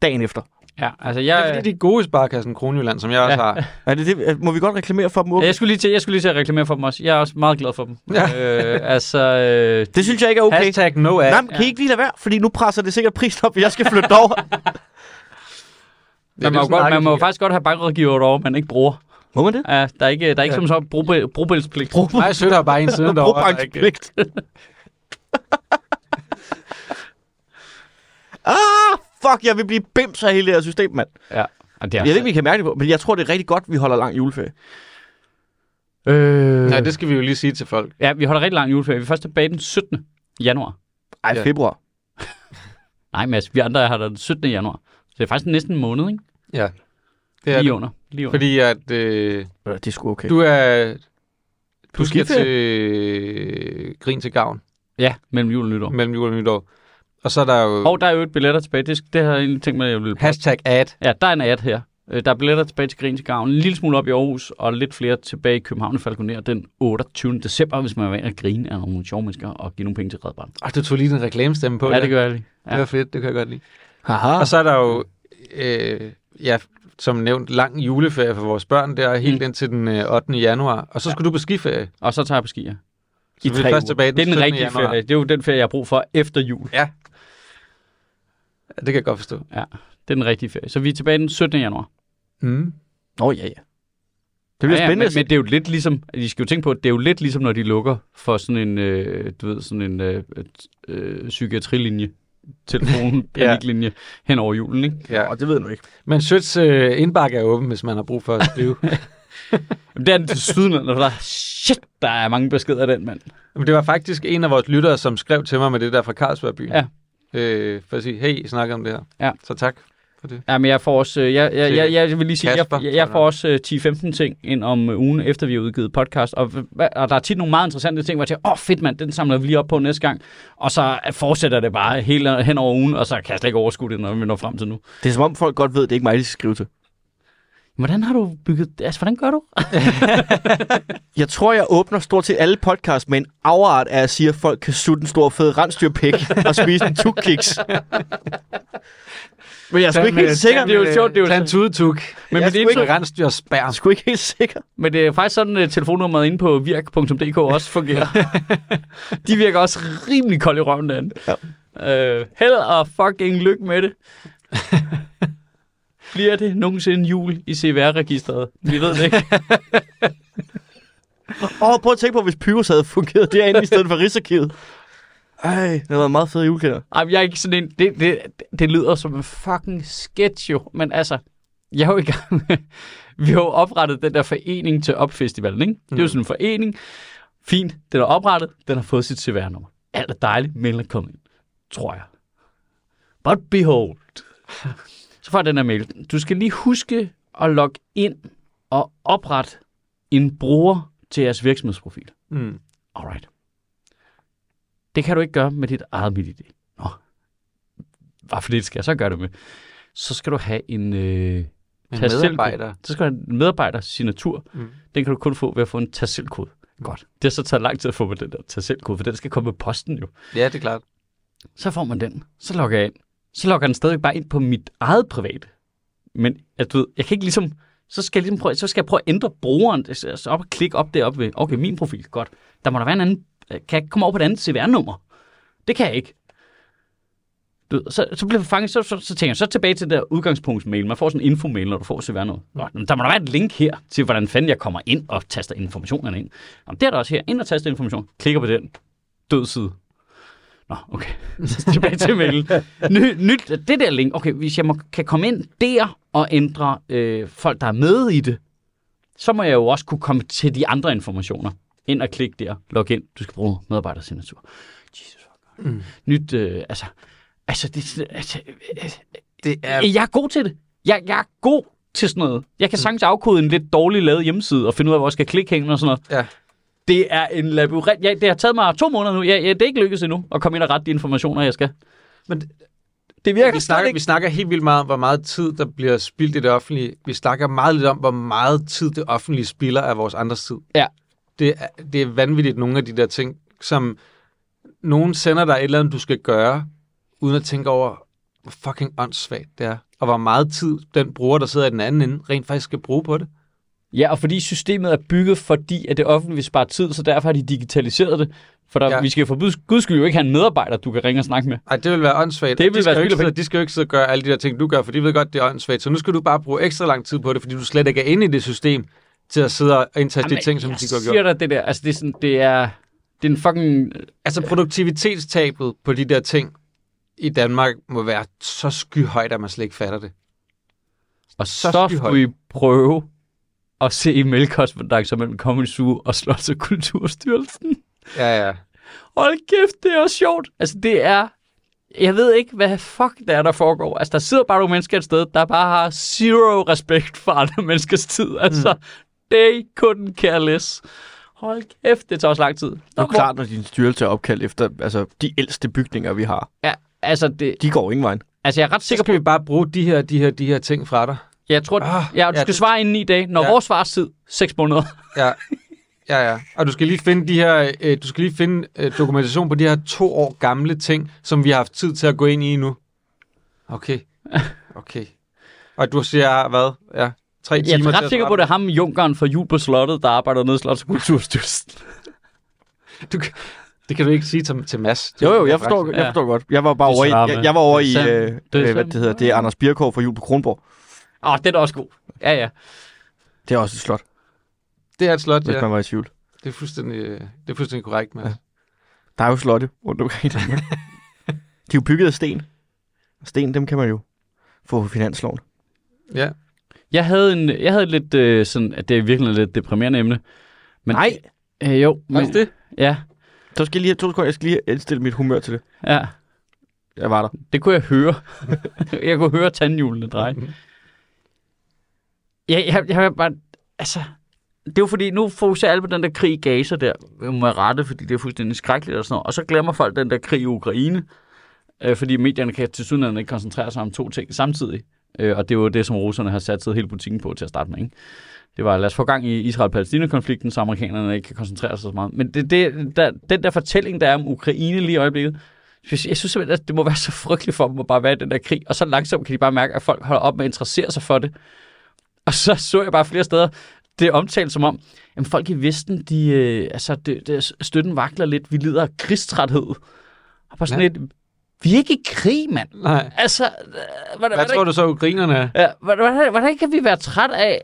C: dagen efter.
A: Ja, altså
B: Det
A: jeg...
B: er fordi, de er gode i Sparkassen Kronjylland, som jeg også
A: Ja.
B: har.
C: Er det det, må vi godt reklamere for dem?
A: Ja,
C: Yes.
B: Øh,
A: Jeg skulle, lige til, jeg skulle lige til at reklamere for dem også. Jeg er også meget glad for dem.
B: Ja.
A: Øh, altså, øh,
C: Det synes jeg ikke er okay.
B: Hashtag no ad.
C: Nej, men kan I ikke lige lade være? Fordi nu presser det sikkert prisen op, og jeg skal flytte over.
A: man, må
B: det er
A: jo
B: sådan,
A: godt, man må jo
B: marketing-
A: faktisk godt have bankrådgiver derovre, man ikke bruger.
C: Må man det?
A: Ja, der er ikke, der er ikke som så brug- brugbæltspligt. Brug.
B: Nej, Sødt har bare en siden derovre. der ikke-
C: Brugbankspligt. ah, fuck, jeg vil blive bims af hele det her system, mand.
A: Ja. Og det er
C: Jeg ved ikke, vi kan mærke det på, men jeg tror, det er rigtig godt, vi holder lang juleferie.
A: øh,
B: Nej, det skal vi jo lige sige til folk.
A: Ja, vi holder rigtig lang juleferie. Vi er først tilbage den 17. januar.
C: Ej,
B: Ja.
C: ja. februar.
A: Nej, Mads, vi andre har der den 17. januar. Så det er faktisk næsten en måned, ikke?
B: Ja. Det er
A: Lige
B: det.
A: under. Lige under.
B: Fordi at øh,
C: Ja, Det er sgu okay.
B: du er... Du
C: På
B: skal til
C: skiferie?
B: øh, Grin til Gavn
A: Ja, mellem jul og nytår.
B: mellem jul og nytår. Og så er der jo
A: Og der er jo et billetter tilbage. Det, det har jeg egentlig tænkt mig, at jeg ville...
B: hashtag ad.
A: Ja, der er en ad her. Øh, Der er billetter tilbage til Grins Gavn. En lille smule op i Aarhus, og lidt flere tilbage i København og Falconer den 28. december, hvis man er vant at grine af nogle sjove mennesker og give nogle penge til Red Barn.
B: Og du tog lige den reklamestemme på.
A: Ja, det gør jeg lige.
B: Ja. Det var fedt, det kan jeg godt lide.
C: Haha.
B: Og så er der jo, øh, ja, som nævnt, lang juleferie for vores børn der, helt
A: Mm.
B: indtil den øh, 8. januar. Og så skulle ja. du på skiferie.
A: Og så tager jeg på skier.
B: Så
C: I
B: vi er
C: tre
B: først
C: uger.
B: tilbage den,
A: Det er den
B: 17.
A: rigtige
B: januar.
A: ferie. Det er jo den ferie, jeg har brug for efter jul.
B: Ja. ja. Det kan jeg godt forstå.
A: Det er den rigtige ferie. Så vi er tilbage den 17. januar.
B: Mm.
C: Nå, ja, ja. Det bliver
A: Altså- Ja, ja,
C: spændende.
A: Men, men det er jo lidt ligesom, I skal jo tænke på, at det er jo lidt ligesom, når de lukker for sådan en, øh, du ved, sådan en øh, øh, psykiatrilinje, telefonen,
B: Ja.
A: paniklinje hen over julen, ikke?
B: Ja.
C: det ved jeg nu ikke.
B: Men Søts øh, indbakke er åben, hvis man har brug for at skrive.
A: Jamen, det er den til syden, når der er, shit, der er mange beskeder af den, mand.
B: Men det var faktisk en af vores lyttere, som skrev til mig med det der fra Carlsbergbyen.
A: Ja.
B: Øh, for at sige, hey, I snakker om det her.
A: Ja.
B: Så tak.
A: Ja, men jeg får også, øh, jeg, jeg, jeg, jeg vil lige sige,
B: Kasper,
A: jeg, jeg, jeg
B: tror jeg.
A: får også øh, 10-15 ting ind om øh, ugen, efter vi har udgivet podcast, og, hva- og der er tit nogle meget interessante ting, hvor jeg tænker, åh oh, fedt mand, den samler vi lige op på næste gang, og så øh, fortsætter det bare hele, hen over ugen, og så kan jeg slet ikke overskue det, når vi når frem til nu.
C: Det er som om folk godt ved, at det ikke er mig, de skal skrive til.
A: Hvordan har du bygget, altså hvordan gør du?
C: Jeg tror, jeg åbner stort set alle podcasts med en afart af at sige, at folk kan sutte en stor fed rensdyrpik og spise en tukkiks. Men jeg er sgu ikke helt sikker.
A: det er jo sjovt, det er jo-
B: Tag en tudetuk. Men
C: Jeg
B: mit
C: skulle
B: indtryk
C: ikke-
B: er rensdyr og spærm.
C: Jeg er sgu ikke helt sikker.
A: Men det er faktisk sådan, at telefonnummeret inde på virk.dk også fungerer. De virker også rimelig kold i røven derinde.
C: Ja.
A: Øh, held og fucking lykke med det. Bliver det nogensinde jul i CVR-registeret? Vi ved det ikke.
C: Åh, prøv at tænke på, hvis Pyrus havde fungeret derinde i stedet for Rigsarkivet. Ej, det har været meget fed julekalender.
A: Ej, men jeg er ikke sådan en... Det, det, det lyder som en fucking sketch jo. Men altså, jeg er jo i gang med... Vi har jo oprettet den der forening til opfestivalen, ikke? Det er jo sådan en forening. Fint, den er oprettet. Den har fået sit CVR-nummer. Alt er dejligt. Mailen er kommet ind. Tror jeg. But behold. Så får jeg den her mail. Du skal lige huske at logge ind og oprette en bruger til jeres virksomhedsprofil.
B: Mm.
A: Alright. Det kan du ikke gøre med dit eget MitID. Nå. Hvad for det skal jeg så gøre det med? Så skal du have en... Øh,
B: En
A: tag selv-
B: medarbejder.
A: så skal du have en medarbejdersignatur.
B: Mm.
A: Mm. Den kan du kun få ved at få en tag selv kode. Godt. Det har så taget lang tid at få med den der tag selv kode, for den skal komme med posten jo.
B: Ja, det er klart.
A: Så får man den. Så logger jeg ind. Så logger den stadigvæk bare ind på mit eget private. Men at du ved, jeg kan ikke ligesom... Så skal, jeg ligesom prøve, så skal jeg prøve at ændre brugeren. Så så op og klikke op deroppe ved, okay, min profil, godt. Der må der være en anden... øh, Kan jeg komme over på et andet CVR-nummer? Det kan jeg ikke. Du, ved, så, så bliver jeg fanget, så, så, så tænker jeg, så tilbage til det der udgangspunktsmail. Man får sådan en infomail, når du får CVR-nummer. Nå, men der må der være et link her til, hvordan fanden jeg kommer ind og taster informationerne ind. Nå, men det er der også her. Ind og taster information. Klikker på den. Død side. Nå, okay. Så tilbage til mailen. Ny, nyt, det der link. Okay, hvis jeg må, kan komme ind der og ændre øh, folk, der er med i det, så må jeg jo også kunne komme til de andre informationer. Ind og klik der. Log ind. Du skal bruge medarbejdersignatur. Jesus fuck.
B: Mm.
A: Nyt, øh, altså... Altså, det, altså øh,
B: Det er... Mm.
A: jeg er god til det. Jeg, jeg er god til sådan noget. Jeg kan sagtens afkode en lidt dårlig lavet hjemmeside og finde ud af, hvor jeg skal klikke hen og sådan noget.
B: Ja.
A: Det er en labyrint. Ja, det har taget mig to måneder nu. Ja, ja, det er ikke lykkedes endnu at komme ind og rette de informationer, jeg skal.
B: Men
A: det virker
B: Vi
A: slet
B: snakker, vi
A: ikke.
B: snakker helt vildt meget om, hvor meget tid, der bliver spildt i det offentlige. Vi snakker meget lidt om, hvor meget tid det offentlige spilder af vores andres tid.
A: Ja.
B: Det er, det er vanvittigt, nogle af de der ting, som nogen sender dig et eller andet, du skal gøre, uden at tænke over, hvor fucking åndssvagt det er. Og hvor meget tid den bruger, der sidder i den anden ende, rent faktisk skal bruge på det.
A: Ja, og fordi systemet er bygget, fordi at det offentlige vil spare tid, så derfor har de digitaliseret det. For der,
B: Ja.
A: ja. vi skal for guds skyld jo ikke have en medarbejder, du kan ringe og snakke med.
B: Ej, det vil være åndssvagt.
A: Det
B: Og de
A: vil
B: skal
A: være
B: jo ikke
A: spild af
B: sidde, De skal jo ikke sidde og gøre alle de der ting, du gør, for de ved godt, det er åndssvagt. Så nu skal du bare bruge ekstra lang tid på det, fordi du slet ikke er inde i det system til at sidde og indtaste de
A: Jamen,
B: ting, som
A: jeg
B: de går
A: siger
B: gjort.
A: dig det der. Altså, det er sådan, det er... Det er en fucking... øh,
B: Altså produktivitetstabet på de der ting i Danmark må være så skyhøjt, at man slet ikke fatter det.
A: Og
B: Så
A: så,
B: skyhøj.
A: skulle I prøve at se e-mailkorrespondencer mellem Comedy Zoo og Slots- og Kulturstyrelsen.
B: Ja, ja.
A: Hold kæft, det er også sjovt. Altså, det er... Jeg ved ikke, hvad fuck der er, der foregår. Altså, der sidder bare nogle mennesker et sted, der bare har zero respekt for andre menneskers tid. Altså, mm. they couldn't care less. Hold kæft, det tager også lang tid. Nå,
C: Det er
A: hvor-
C: jo klart, når din styrelse er opkaldt efter altså, de ældste bygninger, vi har.
A: Ja, altså, det,
C: De går ingen vej.
A: altså, jeg er ret
B: Så
A: sikker på,
B: skal vi bare bruge de her, de her, de her ting fra dig.
A: jeg tror,
B: Ah,
A: ja, du
B: ja,
A: skal
B: det-
A: svare inden i dag. Når
B: Ja.
A: vores svarstid, 6 måneder.
B: Ja. Ja, ja. Og du skal lige finde de her, øh, du skal lige finde øh, dokumentation på de her to år gamle ting, som vi har haft tid til at gå ind i nu. Okay. Okay. Og du siger, hvad? Ja, tre
A: Jeg
B: timer
A: er
B: til
A: ret
B: at
A: sikker på,
B: svare
A: det er ham, Junkeren fra Jul på Slottet, der arbejder nede i Slots- og Kulturstyrelsen.
B: Du, kan- det kan du ikke sige til, til Mads.
C: Jo, jo, jeg forstår,
A: Ja.
C: jeg forstår godt. Jeg var bare
A: Det er
C: over i,
A: samme.
C: jeg, jeg var over
A: Det er
C: i
A: samme.
C: øh,
A: Det er
C: øh, hvad
A: samme.
C: det hedder, det er Anders Birkov fra Jul på Kronborg.
A: Åh, oh, det er da også god. Ja, ja.
C: Det er også et slot,
B: Det er et slot,
C: hvis
B: ja.
C: man var i tvivl.
B: Det er fuldstændig, øh, det er fuldstændig korrekt, Mads.
C: Der er jo slotte rundt omkring i Danmark. de er jo bygget af sten. Og sten, dem kan man jo få på finansloven.
B: Ja.
A: Jeg havde, en, jeg havde lidt øh, sådan, at det er virkelig lidt deprimerende emne. Men,
C: Nej.
A: Øh, jo.
B: Faktisk det?
A: Ja,
C: Så skal jeg lige have to sekunder, jeg skal lige indstille mit humør til det.
A: ja.
C: Jeg var der.
A: Det kunne jeg høre. jeg kunne høre tandhjulene dreje. Ja, jeg, jeg, jeg bare, altså, det er jo fordi, nu fokuserer alle på den der krig i Gaza der, med rette, fordi det er fuldstændig skrækkeligt og sådan noget. Og så glemmer folk den der krig i Ukraine, øh, fordi medierne kan til synligheden ikke koncentrere sig om to ting samtidig. Øh, og det er jo det, som russerne har sat sig hele butikken på til at starte med, ikke? Det var, lad os få gang i Israel-Palæstina-konflikten, så amerikanerne ikke kan koncentrere sig så meget. Men det, det, der, den der fortælling, der er om Ukraine lige i øjeblikket, jeg synes simpelthen, at det må være så frygteligt for dem at bare være i den der krig. Og så langsomt kan de bare mærke, at folk holder op med at interessere sig for det. Og så så jeg bare flere steder, det er omtalt som om, at folk i Vesten, de, øh, altså, det, det, støtten vakler lidt, vi lider af krigstræthed. Og bare sådan
B: Ja.
A: lidt, vi er ikke i krig, mand.
B: Nej.
A: Altså, øh, hvordan,
B: Hvad tror du så, ukrainerne er?
A: Ja, hvordan, hvordan, hvordan kan vi være træt af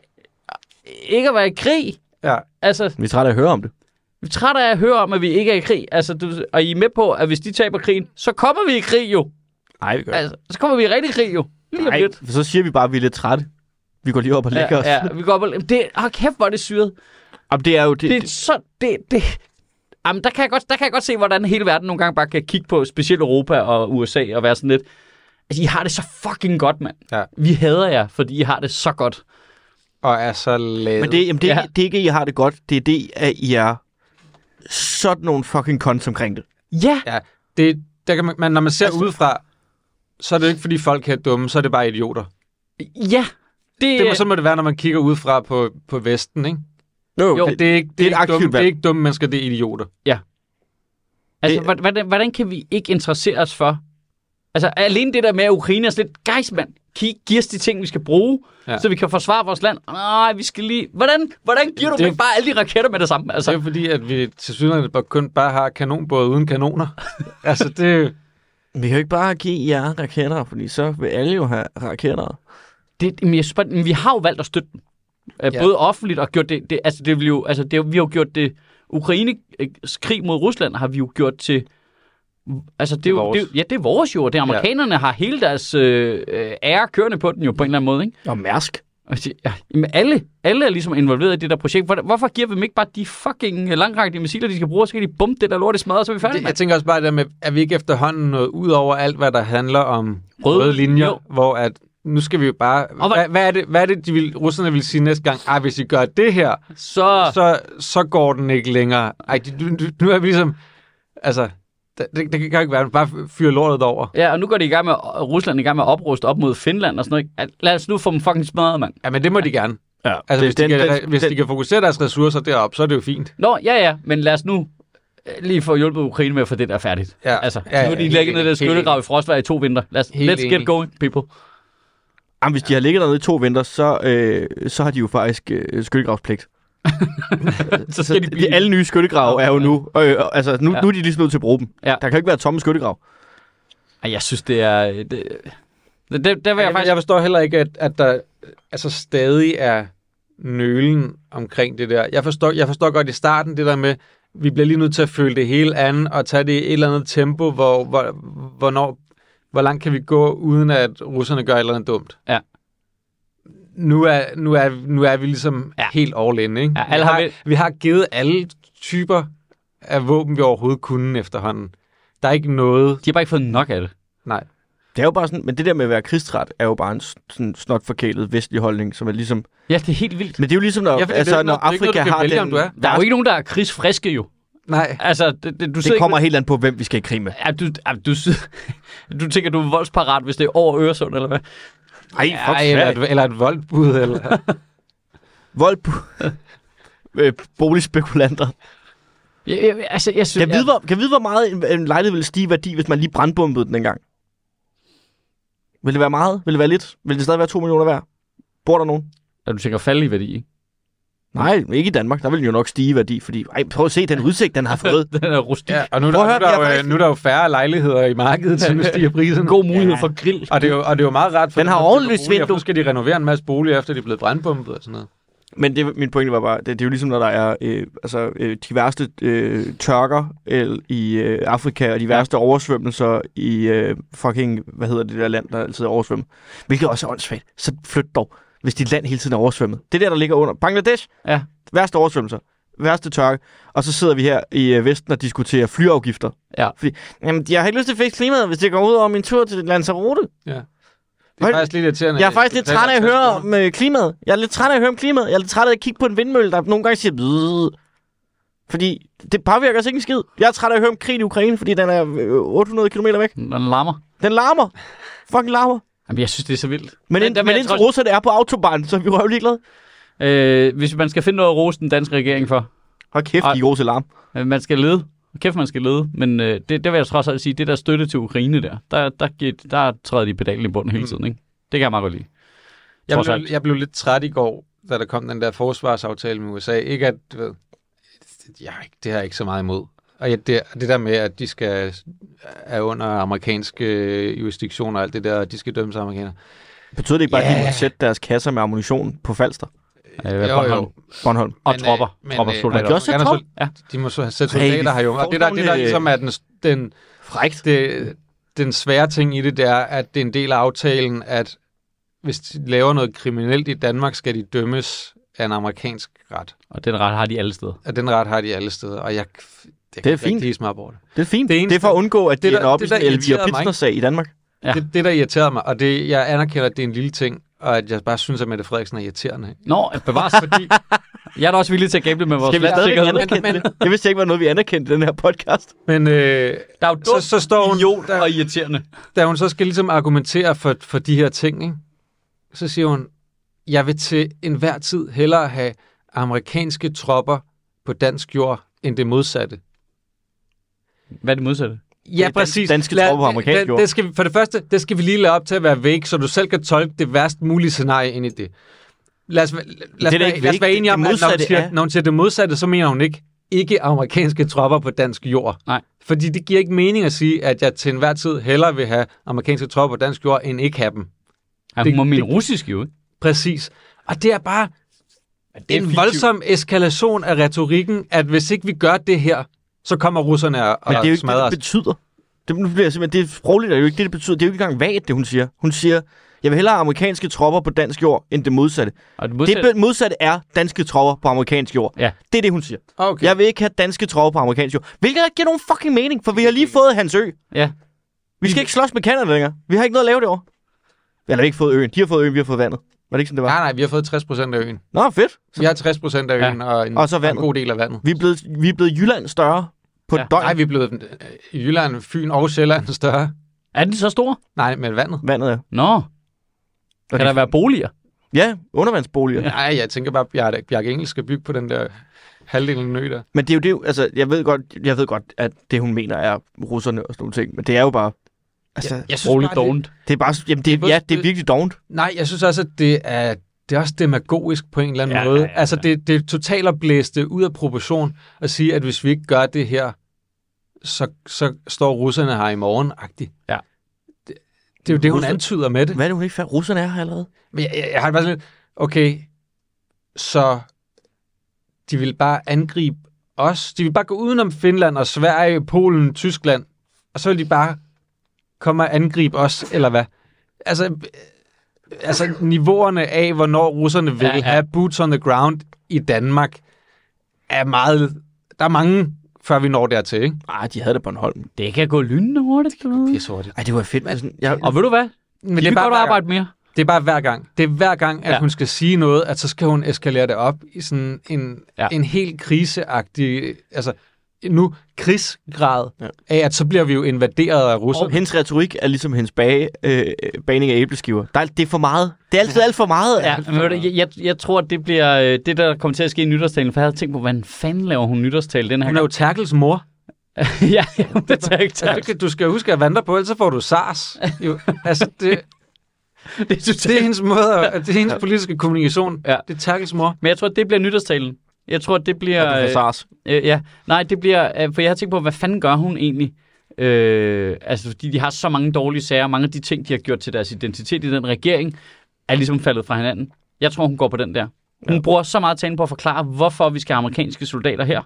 A: ikke at være i krig?
B: Ja.
A: Altså,
C: Vi er trætte af at høre om det.
A: vi er træt af at høre om, at vi ikke er i krig. Altså, du, og I er med på, at hvis de taber krigen, så kommer vi i krig jo.
C: Nej, vi gør
A: Altså, så kommer vi i rigtig krig jo. Lige om
C: Nej,
A: lidt.
C: så siger vi bare, at vi er lidt trætte. Vi går lige op og lægger
A: Ja,
C: os.
A: ja, vi går op og... Jamen, Det, oh, kæft, hvor er det syret.
C: Jamen, det er jo det.
A: Det er så... Det, det, jamen, der kan, jeg godt, der kan jeg godt se, hvordan hele verden nogle gange bare kan kigge på, specielt Europa og USA, og være sådan lidt... Altså, I har det så fucking godt, mand.
B: Ja.
A: Vi hader jer, fordi I har det så godt.
B: Og er så lavet.
C: men det, jamen, det,
A: Ja.
C: ja. det er ikke, at I har det godt. Det er det, at I er sådan nogle fucking cons omkring det.
A: Ja,
B: Ja, det, der kan man, man, når man ser
A: Altså-
B: altså, udefra, så er det jo ikke, fordi folk er dumme, så er det bare idioter.
A: ja. Det,
B: Det, må, så må det være, når man kigger udefra på, på Vesten, ikke?
A: Jo,
B: Det er ikke, det
C: Det er
B: er
C: et
B: ikke, dumme,
C: aktivt
B: det er
C: valg.
B: ikke dumme mennesker, det er idioter.
A: Altså,
C: Det-
A: det... hvordan, hvordan kan vi ikke interessere os for? Altså, alene det der med, at Ukraine er sådan lidt, guys, mand, gi- giv os de ting, vi skal bruge, ja.
B: Ja.
A: så vi kan forsvare vores land. Nej, vi skal lige... Hvordan, hvordan giver du
B: Det-
A: det... bare alle de raketter med det samme?
B: Så.
A: Altså,
B: Det er fordi, at vi til synligheden kun bare har kanonbåde uden kanoner. altså, det,
C: Vi kan jo ikke bare give jer raketter, fordi så vil alle jo have raketter.
A: det, men jeg synes bare, men vi har jo valgt at støtte dem. Ja.
B: Ja.
A: Både offentligt og gjort det... det altså, det vil jo, altså det, er jo- vi har jo gjort det... Ukraines krig mod Rusland har vi jo gjort til... Altså, det er jo,
B: Vores.
A: det, er jo- ja, det er vores jo, og det er
B: Ja.
A: amerikanerne ja. har hele deres øh, øh, ære kørende på den jo, på en eller anden måde, ikke?
C: Og mærsk.
A: Og sige, ja, Jamen alle, alle er ligesom involveret i det der projekt. Hvor- Hvorfor giver vi dem ikke bare de fucking øh, langrækkelige missiler, de skal bruge, og så kan de bombe det der lort i smadret, så er vi færdige
B: det, jeg
A: med
B: tænker også bare det der med, at vi ikke efterhånden nået ud over alt, hvad der handler om
A: Røde-
B: røde, røde linjer,
A: jo.
B: jo. hvor at nu skal vi jo bare...
A: Og hvad-
B: Hvad, hvad, er det, hvad er det, de vil, russerne vil sige næste gang? Ej, hvis I gør det her,
A: Så,
C: Ah.
A: så
B: så, så går den ikke længere. Ej, de, nu, nu- nu er vi ligesom... Altså, det, det, det kan jo ikke være, at man bare fyrer lortet over.
A: ja, og nu går de i gang med, og Rusland er i gang med at opruste op mod Finland og sådan noget. ikke? At- Lad os nu få dem fucking smadret, mand.
B: Ja, men det må de gerne.
C: Ja,
B: Altså, hvis,
C: den,
B: de, kan,
C: den,
B: hvis
C: den,
B: de kan fokusere deres ressourcer derop, så er det jo fint.
A: Nå, ja ja, men lad os nu øh, lige få hjulpet Ukraine med at få det der færdigt.
B: Ja.
A: Altså,
B: Ja, ja,
A: nu er de
B: helt
A: lægget ned i den
B: enig, helt
A: skyttegrav i Frostvær i to vinter. Lad os,
B: Helt
A: let's get
B: enig.
A: going, people.
C: jamen, hvis de har ligget dernede i to vinter, så, øh, så har de jo faktisk øh, skyttegravspligt.
A: Så skal de
C: de,
A: blive...
C: alle nye skyttegrave er jo nu, øh, altså nu,
A: Ja.
C: ja. nu er de ligesom nødt til at bruge dem.
A: Ja.
C: Ja. Der kan jo ikke være tomme skyttegrave.
A: Ej, jeg synes, det er... øh, Det, det, det, der vil jeg
B: Jeg, jeg,
A: faktisk...
B: jeg forstår heller ikke, at, at der altså, stadig er nølen omkring det der. Jeg forstår, jeg forstår godt i starten det der med, vi bliver lige nødt til at føle det hele an, og tage det i et eller andet tempo, hvor, hvor, hvornår, hvor langt kan vi gå, uden at russerne gør et eller andet dumt.
A: Ja.
B: Nu er, nu er, nu er vi ligesom
A: Ja.
B: ja. helt all in, ikke?
A: Ja, alle
B: vi,
A: har
B: har,
A: vel-
B: vi har givet alle typer af våben, vi overhovedet kunne efterhånden. Der er ikke noget...
A: De har bare ikke fået nok af det.
B: Nej.
C: Det er jo bare sådan, men det der med at være krigstræt, er jo bare en s- sådan snot forkælet vestlig holdning, som er ligesom...
A: Ja, det er helt vildt.
C: Men det er jo ligesom, når,
B: Ja,
C: ja,
B: fordi det er
C: altså,
B: ikke
C: når
B: noget- det er ikke
C: Afrika
B: noget, du kan
C: har
B: vælge, om
C: den...
B: du er.
A: Der er jo ikke nogen, der er krigsfriske jo.
B: Nej.
A: Altså, det, det, du
C: Det
A: sidder
C: kommer helt an på, hvem vi skal i krig med.
A: Ikke, ja, du, ja, du, sidder- du tænker, du er voldsparat, hvis det er over Øresund, eller hvad?
C: Ej, fuck
B: Ej, eller,
C: Sverige.
B: et, eller et voldbud, eller...
C: Vold på... øh, boligspekulanter.
A: Ja, ja, altså, jeg synes...
C: Kan jeg vide, hvor, kan jeg vide, hvor meget en, en lejlighed ville stige i værdi, hvis man lige brandbombede den engang? Vil det være meget? Vil det være lidt? Vil det stadig være 2 millioner værd? Bor der nogen?
A: Ja, du tænker falde i værdi, ikke?
C: Nej, ikke i Danmark. Der vil den jo nok stige i værdi, fordi... Ej, prøv at se den udsigt, den har fået.
A: Den er rustik.
B: Ja, og nu, er
C: Prøv
B: der,
C: at
B: nu,
C: høre,
B: er der,
C: vi har
B: jo, øh,
C: faktisk-
B: nu er der jo færre lejligheder i markedet, så nu stiger priserne.
A: God mulighed ja. for grill.
B: Og det, er jo, og det er jo meget rart, for
C: Den har
B: der bygger
C: ovenlyst
B: boliger, for
C: vindue.
B: Nu skal de renovere en masse boliger, efter de er blevet brandbombet og sådan noget.
C: Men det, min pointe var bare, det, det er jo ligesom, når der er øh, altså, øh, de værste øh, tørker øh, i øh, Afrika, og de værste oversvømmelser i øh, fucking, hvad hedder det der land, der altid er oversvømmet. Hvilket også er åndssvagt. Så flyt dog, hvis dit land hele tiden er oversvømmet. Det er der, der ligger under. Bangladesh,
A: Ja.
C: værste oversvømmelser, værste tørke. Og så sidder vi her i øh, Vesten og diskuterer flyafgifter.
A: Ja.
C: Fordi, jamen, jeg har ikke lyst til at fikse klimaet, hvis jeg går ud over min tur til Lanzarote.
B: Det er
C: Hvad?
B: faktisk lidt irriterende.
C: Jeg er
B: at
C: faktisk
B: de
C: lidt
B: betaler
C: træt af at
B: 50
C: høre
B: kroner.
C: om øh, klimaet. Jeg er lidt træt af at høre om klimaet. Jeg er lidt træt af at kigge på en vindmølle, der nogle gange siger... "Bzzz." Fordi det påvirker os ikke en skid. Jeg er træt af at høre om krigen i Ukraine, fordi den er øh, 800 km væk.
A: Den lammer.
C: Den larmer. Fucking larmer.
A: Jamen, jeg synes, det er så vildt.
C: Men,
A: Men
C: ind,
A: der vil
C: men
A: jeg
C: indtil
A: trods-
C: russerne er på autobahn, så er vi røv ligeglade.
A: Øh, hvis man skal finde noget at rose den danske regering for,
C: Hold kæft,
A: Ej.
C: de er gode til larm.
A: øh, man skal lede. Kæft, man skal lede. Men øh, det, der vil jeg trods alt sige, det der støtte til Ukraine der, der, der, giver, der træder de pedalen i bunden hele tiden, ikke? Det kan jeg meget godt lide.
B: Jeg
A: Trods
B: blev,
A: alt.
B: jeg blev lidt træt i går, da der kom den der forsvarsaftale med USA. Ikke at, du ved, jeg, har ikke- det har jeg ikke så meget imod. Og jeg, det, det der med, at de skal er under amerikanske øh, jurisdiktion og alt det der, og de skal dømmes af amerikanere.
C: Betyder det ikke bare, at de
B: Ja.
C: må sætte deres kasser med ammunition på Falster?
A: Øh, Bornholm.
C: Bornholm.
A: Og
B: Men, øh,
A: tropper.
B: men,
A: tropper,
B: øh,
A: soldater.
C: man gør også sætte
B: amerikanerne
A: Ja.
B: sol- De må så have sætte
C: Ej,
B: soldater her jo. Og det der, det der
C: fuldstændig-
B: ligesom er den, den,
C: Frækt.
B: det, den svære ting i det, det er, at det er en del af aftalen, at hvis de laver noget kriminelt i Danmark, skal de dømmes af en amerikansk ret.
A: Og den ret har de alle steder.
B: Og den ret har de alle steder, og jeg, jeg
C: Det er
B: kan
C: fint.
B: ikke hisse mig op over det.
C: Det er fint.
B: Det
C: Det,
B: eneste-
C: det er for at undgå, at
B: det,
C: det,
B: der-
C: ender op
B: det,
C: i sådan
B: der
C: en Elvira
B: irriterede mig,
C: Pitsner-sag i Danmark.
A: Ja.
B: Det, det, der irriterer mig, og det, jeg anerkender, at det er en lille ting, og at jeg bare synes, at Mette Frederiksen er irriterende.
A: Nå, bevares, fordi... Jeg er da også villig til at gamble med vores
C: Skal vi stadigvæk
A: sikkerhed.
C: anerkende
B: Men-
C: det? Jeg vidste ikke, var noget, vi anerkendte i den her podcast.
B: Men øh,
A: Der er jo
B: så,
A: dumt,
B: så står hun,
A: idiot
B: der-
A: og irriterende.
B: da hun så skal ligesom argumentere for, for de her ting, ikke? så siger hun, jeg vil til enhver tid hellere have amerikanske tropper på dansk jord, end det modsatte.
A: Hvad er det modsatte?
B: Ja,
C: dan- danske tropper på amerikansk
B: det,
C: jord.
B: det skal, vi- For det første, det skal vi lige lade op til at være væk, så du selv kan tolke det værst mulige scenarie ind i det. Lad os, væ- lad os,
C: da
B: være,
C: ikke
B: lad os
C: væk.
B: være
C: Det-
B: enige om,
C: det
B: at når hun,
C: modsatte
B: siger,
C: er-
B: når hun siger det modsatte, så mener hun ikke, ikke amerikanske tropper på dansk jord.
A: Nej.
B: Fordi det giver ikke mening at sige, at jeg til enhver tid hellere vil have amerikanske tropper på dansk jord, end ikke have dem.
A: Ja, hun
B: Det-
A: må mene
B: det-
A: russisk jo, ikke?
B: Præcis. Og det er bare det er en voldsom eskalation af retorikken, at hvis ikke vi gør det her, så kommer russerne og,
C: Men det er jo
B: og
C: ikke det,
B: smadrer
C: det
B: os.
C: betyder. Det, nu bliver jeg simpelthen, det er sprogligt er jo ikke det, det betyder. Det er jo ikke engang vagt, det hun siger. Hun siger, jeg vil hellere have amerikanske tropper på dansk jord, end det modsatte.
A: Og det
C: modsatte.
A: modsatte...
C: Det be- modsatte er danske tropper på amerikansk jord.
A: Ja.
C: Det er det, hun siger.
B: Okay.
C: Okay. Jeg vil ikke have danske tropper på amerikansk jord. Hvilket ikke giver nogen fucking mening, for vi har lige fået hans ø.
A: Ja.
C: Vi skal ikke slås med Canada længere. Vi har ikke noget at lave derovre. Eller vi har ikke fået øen. De har fået øen, vi har fået vandet. Var det ikke sådan, det var?
B: Nej, nej, vi har fået 60 procent af øen.
C: Nå, fedt.
B: Vi har 60 procent af
A: Ja.
B: øen, og, en,
C: Og så
B: og en
C: vandet.
B: god del af vandet.
C: Vi er blevet, vi er blevet Jylland større på
A: Ja.
C: ja. døgn.
B: Nej, vi er blevet øh, Jylland, Fyn og Sjælland større.
A: Er den så stor?
B: Nej, men vandet.
C: Vandet er.
A: Nå. Kan der være boliger?
C: Ja, undervandsboliger.
B: Nej, jeg tænker bare, Bjarke, Bjarke Engel skal bygge på den der halvdelen af øen der.
C: Men det er jo det, er jo- altså, jeg ved, godt, jeg ved godt, at det, hun mener, er russerne og sådan nogle ting, men det er jo bare, altså, ja,
B: Jeg synes
A: Roligt
B: bare, det,
A: dovent.
C: det er bare, jamen, det,
B: Det er
C: er, ja, det er
B: fuldstændig-
C: virkelig dovent.
B: nej, jeg synes også, at det er, det er også demagogisk på en eller anden
A: Ja,
B: måde.
A: ja, ja,
B: Altså,
A: ja.
B: det, det er totalt at blæse det ud af proportion at sige, at hvis vi ikke gør det her, så, så står russerne her i morgen -agtigt.
A: Ja.
B: Det, det er jo det, hun
C: Russer-
B: antyder med det.
C: Hvad er det, hun ikke fandt? Russerne er her allerede.
B: Men jeg, jeg, jeg har det bare sådan lidt, okay, så de vil bare angribe os. De vil bare gå udenom Finland og Sverige, Polen, Tyskland, og så vil de bare komme og angribe os, eller hvad? Altså, øh, altså niveauerne af, hvornår russerne vil
A: Ja,
B: ja,
A: ja.
B: ja. have boots on the ground i Danmark, er meget... Der er mange, før vi når dertil, ikke?
C: Ah, de havde det på en hold.
A: Det kan gå lynende hurtigt. kan du vide.
B: er hurtigt.
C: Ej, det var fedt, men sådan, jeg,
A: Og ved du hvad?
B: Men
A: Men
B: det
A: det
B: er,
A: kan
B: bare
A: godt
B: hver gang,
A: arbejde mere.
B: det er bare hver gang. Det er hver gang, at
A: Ja.
B: ja. hun skal sige noget, at så skal hun eskalere det op i sådan en,
A: Ja.
B: ja. en helt kriseagtig... Altså, nu krigsgrad ja. af, at så bliver vi jo invaderet af
C: Og
B: russerne.
C: hendes retorik er ligesom hendes bage, øh, baning af æbleskiver. Der er, det er for meget. Det er altid alt for meget. Ja.
A: Men ved du, jeg, jeg, jeg tror, at det bliver øh, det, der kommer til at ske i nytårstalen, for jeg havde tænkt på, hvordan fanden laver hun nytårstale den her
B: Hun er jo
A: gang?
B: Terkels mor.
A: ja, ja, det tager ikke
B: Altså,
A: tak.
B: du, kan- du skal huske at vande dig på, ellers så får du SARS. Jo, altså, det,
A: Det synes
B: det er hendes måde, at, det er hendes politiske kommunikation.
A: Ja.
B: Det er Terkels mor.
A: Men jeg tror, at det bliver nytårstalen. Jeg tror, at det bliver...
C: Ja, SARS.
A: Øh, ja, nej, det bliver... Øh, for jeg har tænkt på, hvad fanden gør hun egentlig? Øh, altså, fordi de har så mange dårlige sager, mange af de ting, de har gjort til deres identitet i den regering, er ligesom faldet fra hinanden. Jeg tror, hun går på den der. Hun ja. bruger så meget talen på at forklare, hvorfor vi skal have amerikanske soldater her.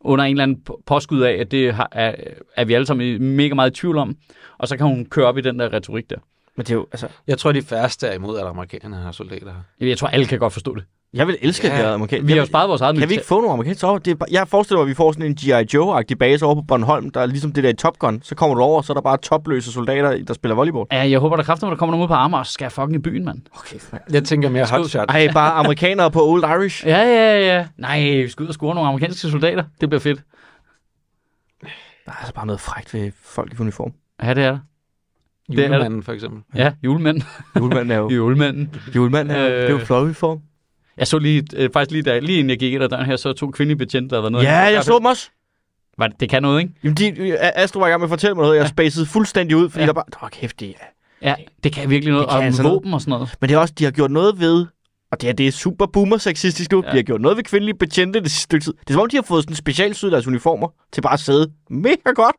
A: Under en eller anden på- påskud af, at det har, er, er vi alle sammen i- mega meget i tvivl om. Og så kan hun køre op i den der retorik der.
C: Men det er jo, altså,
B: Jeg tror, de færreste er imod, at amerikanerne har soldater her.
A: Jeg tror, alle kan godt forstå det.
C: jeg vil elske
B: Ja,
C: ja, det her amerikansk.
A: Vi har
C: Jeg
A: jo
C: vil-
A: sparet vores eget
C: Kan vi
A: militær.
C: ikke få nogle amerikanske over? Det er, bare- jeg forestiller mig, at vi får sådan en G.I. Joe-agtig base over på Bornholm, der er ligesom det der i Top Gun. Så kommer du over, og så er der bare topløse soldater, der spiller volleyball.
A: Ja, jeg håber da kraftigt, at der kommer nogen ud på Amager, så skal jeg fucking i byen, mand.
C: Okay, fuck.
B: Jeg tænker mere hotshot.
C: Ej, bare amerikanere på Old Irish.
A: Ja, ja, ja. Nej, vi skal ud og score nogle amerikanske soldater. Det bliver fedt.
C: Der er altså bare noget frækt ved folk i uniform.
A: Ja, det er der. det er-
B: Julemanden, for eksempel.
A: Ja, julemanden.
C: Julemanden er jo,
A: Julemanden.
C: julemanden er jo, det er jo
A: Øh.
C: flot uniform.
A: Jeg så lige, øh, faktisk lige, da, lige inden jeg gik ind ad døren her, så to kvindelige betjente, der var noget.
C: Ja, jeg så dem også.
A: Var det, det kan noget, ikke?
C: Jamen, de, Astro var i gang med at fortælle mig noget, jeg spacede fuldstændig ud, fordi
A: Ja.
C: der bare, det var kæft, det er
A: Ja, det kan virkelig noget.
C: Det kan
A: Og
C: altså
A: altså
C: noget.
A: våben og sådan noget.
C: Men det er også, de har gjort noget ved, og det er, det er super boomer sexistisk nu, ja. de har gjort noget ved kvindelige betjente det sidste stykke tid. Det er som om, de har fået sådan specialsyet deres uniformer til bare at sidde mega godt.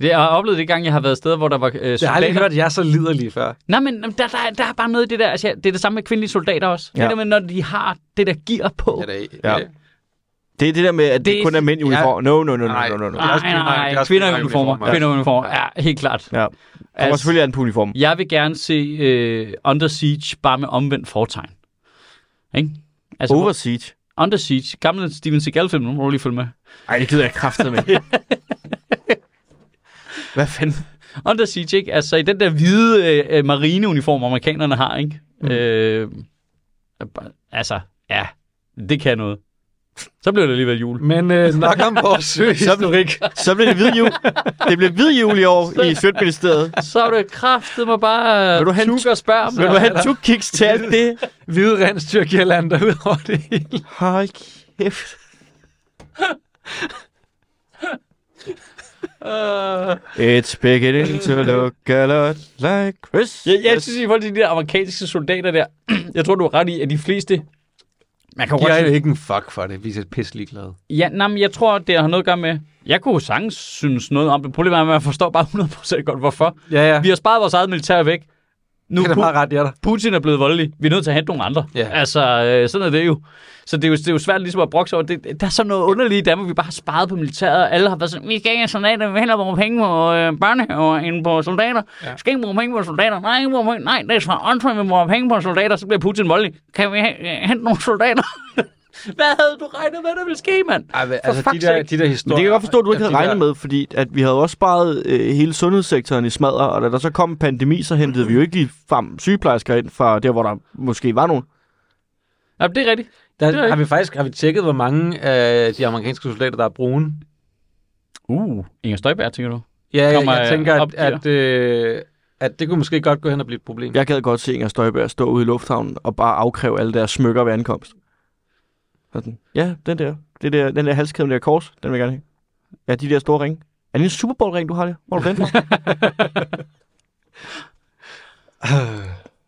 A: Det, jeg har oplevet det gang, jeg har været steder, hvor der var øh,
B: Jeg har
A: soldater.
B: aldrig hørt, at jeg er så liderlig før.
A: Nej, men jamen, der, der, er- der er bare noget i det der. Altså, ja, det er det samme med kvindelige soldater også.
C: Ja.
A: Ja. Det der med, når de har det der gear på.
B: Ja,
A: Ja,
B: det,
C: Ja.
B: ja.
C: Det er det der med, at det,
A: Det er-
C: det kun er mænd i
B: ja.
C: uniform. No, no, no, no, no, no, no.
B: er også
A: nej,
B: kvinder-
A: nej,
B: det
A: nej.
B: er også
A: Kvinder
B: kvinder
A: i
B: i
A: uniformer.
B: uniformer.
A: Kvinder i uniformer. Ja, helt klart.
C: Ja. Der var
A: Altså-
C: selvfølgelig an på uniformen.
A: Jeg vil gerne se øh, Under Siege bare med omvendt fortegn. Ikke? Altså,
C: Over Siege.
A: Under Siege, gamle Steven Seagal-film, nu må du lige følge med.
C: Ej, det gider jeg kraftet med. Hvad fanden?
A: Under Siege, ikke? Altså i den der hvide øh, øh, marineuniform, amerikanerne har, ikke? Mm. Øh, altså, ja, det kan noget. Så blev det alligevel jul.
B: Men øh, nok om vores søhistorik.
C: Så blev det hvid jul. Det blev hvid jul i år i Sjøtministeriet.
A: Så er det kraftet mig bare
C: Vil du have en
A: tuk og spørg.
C: Vil du have en tuk-kiks til alt det?
B: Hvide rensdyrkirlander ud over det hele.
C: Hold kæft.
A: Uh,
C: It's beginning to look a lot like Christmas.
A: jeg, jeg synes i forhold til de der amerikanske soldater der, jeg tror, du har ret i, at de fleste... Man kan jo
B: Jeg
A: godt
B: er jo ikke en fuck for det. Vi er pisse ligeglade.
A: Ja, nej, men jeg tror, det har noget at gøre med... Jeg kunne jo sagtens synes noget om det. Problemet er, at man forstår bare 100% godt, hvorfor.
B: Ja, ja.
A: Vi har sparet vores eget militær væk. Nu
B: Det er da
A: Pu-
B: meget ret, jeg der.
A: Putin er blevet voldelig. Vi er nødt til at hente nogle andre.
B: Ja.
A: Altså, øh, sådan er det jo. Så det er jo, det er jo svært ligesom at brokse over. Det, der er sådan noget underligt i Danmark, vi bare har sparet på militæret. og Alle har været sådan, vi skal ikke have soldater, vi vil hellere bruge penge på øh, børnehaver end på soldater. Ja. Skal ikke bruge penge på soldater. Nej, ikke bruge penge. Nej, det er så åndssvagt, vi bruger penge på soldater, så bliver Putin voldelig. Kan vi ha- øh, hente nogle soldater? Hvad havde du regnet med, der ville ske, mand?
B: Ej, men, altså,
A: fuck's
B: de der,
A: sake.
B: de der
C: Men
B: historier...
C: det kan jeg godt forstå, at du ikke
B: Ja,
C: havde
B: de der-
C: regnet med, fordi at vi havde også sparet øh, hele sundhedssektoren i smadre, og da der så kom en pandemi, så hentede vi jo ikke lige frem sygeplejersker ind fra der, hvor der måske var nogen.
A: Ja, det er rigtigt. Det er
B: Der, har
A: ikke-
B: vi faktisk har vi tjekket, hvor mange af de amerikanske soldater, der er brune?
A: Uh, Inger Støjberg, tænker du?
B: Ja, jeg,
A: Kommer,
B: jeg
A: øh,
B: tænker,
A: op
B: at,
A: der.
B: at, øh, at det kunne måske godt gå hen og blive et problem.
C: Jeg gad godt se Inger Støjberg stå ude i lufthavnen og bare afkræve alle deres smykker ved ankomst. Sådan. Ja, den der. Det der, den der halskæde med det der kors, den vil jeg gerne have. Ja, de der store ringe. Er det en Super Bowl ring du har der? Hvor er du den fra?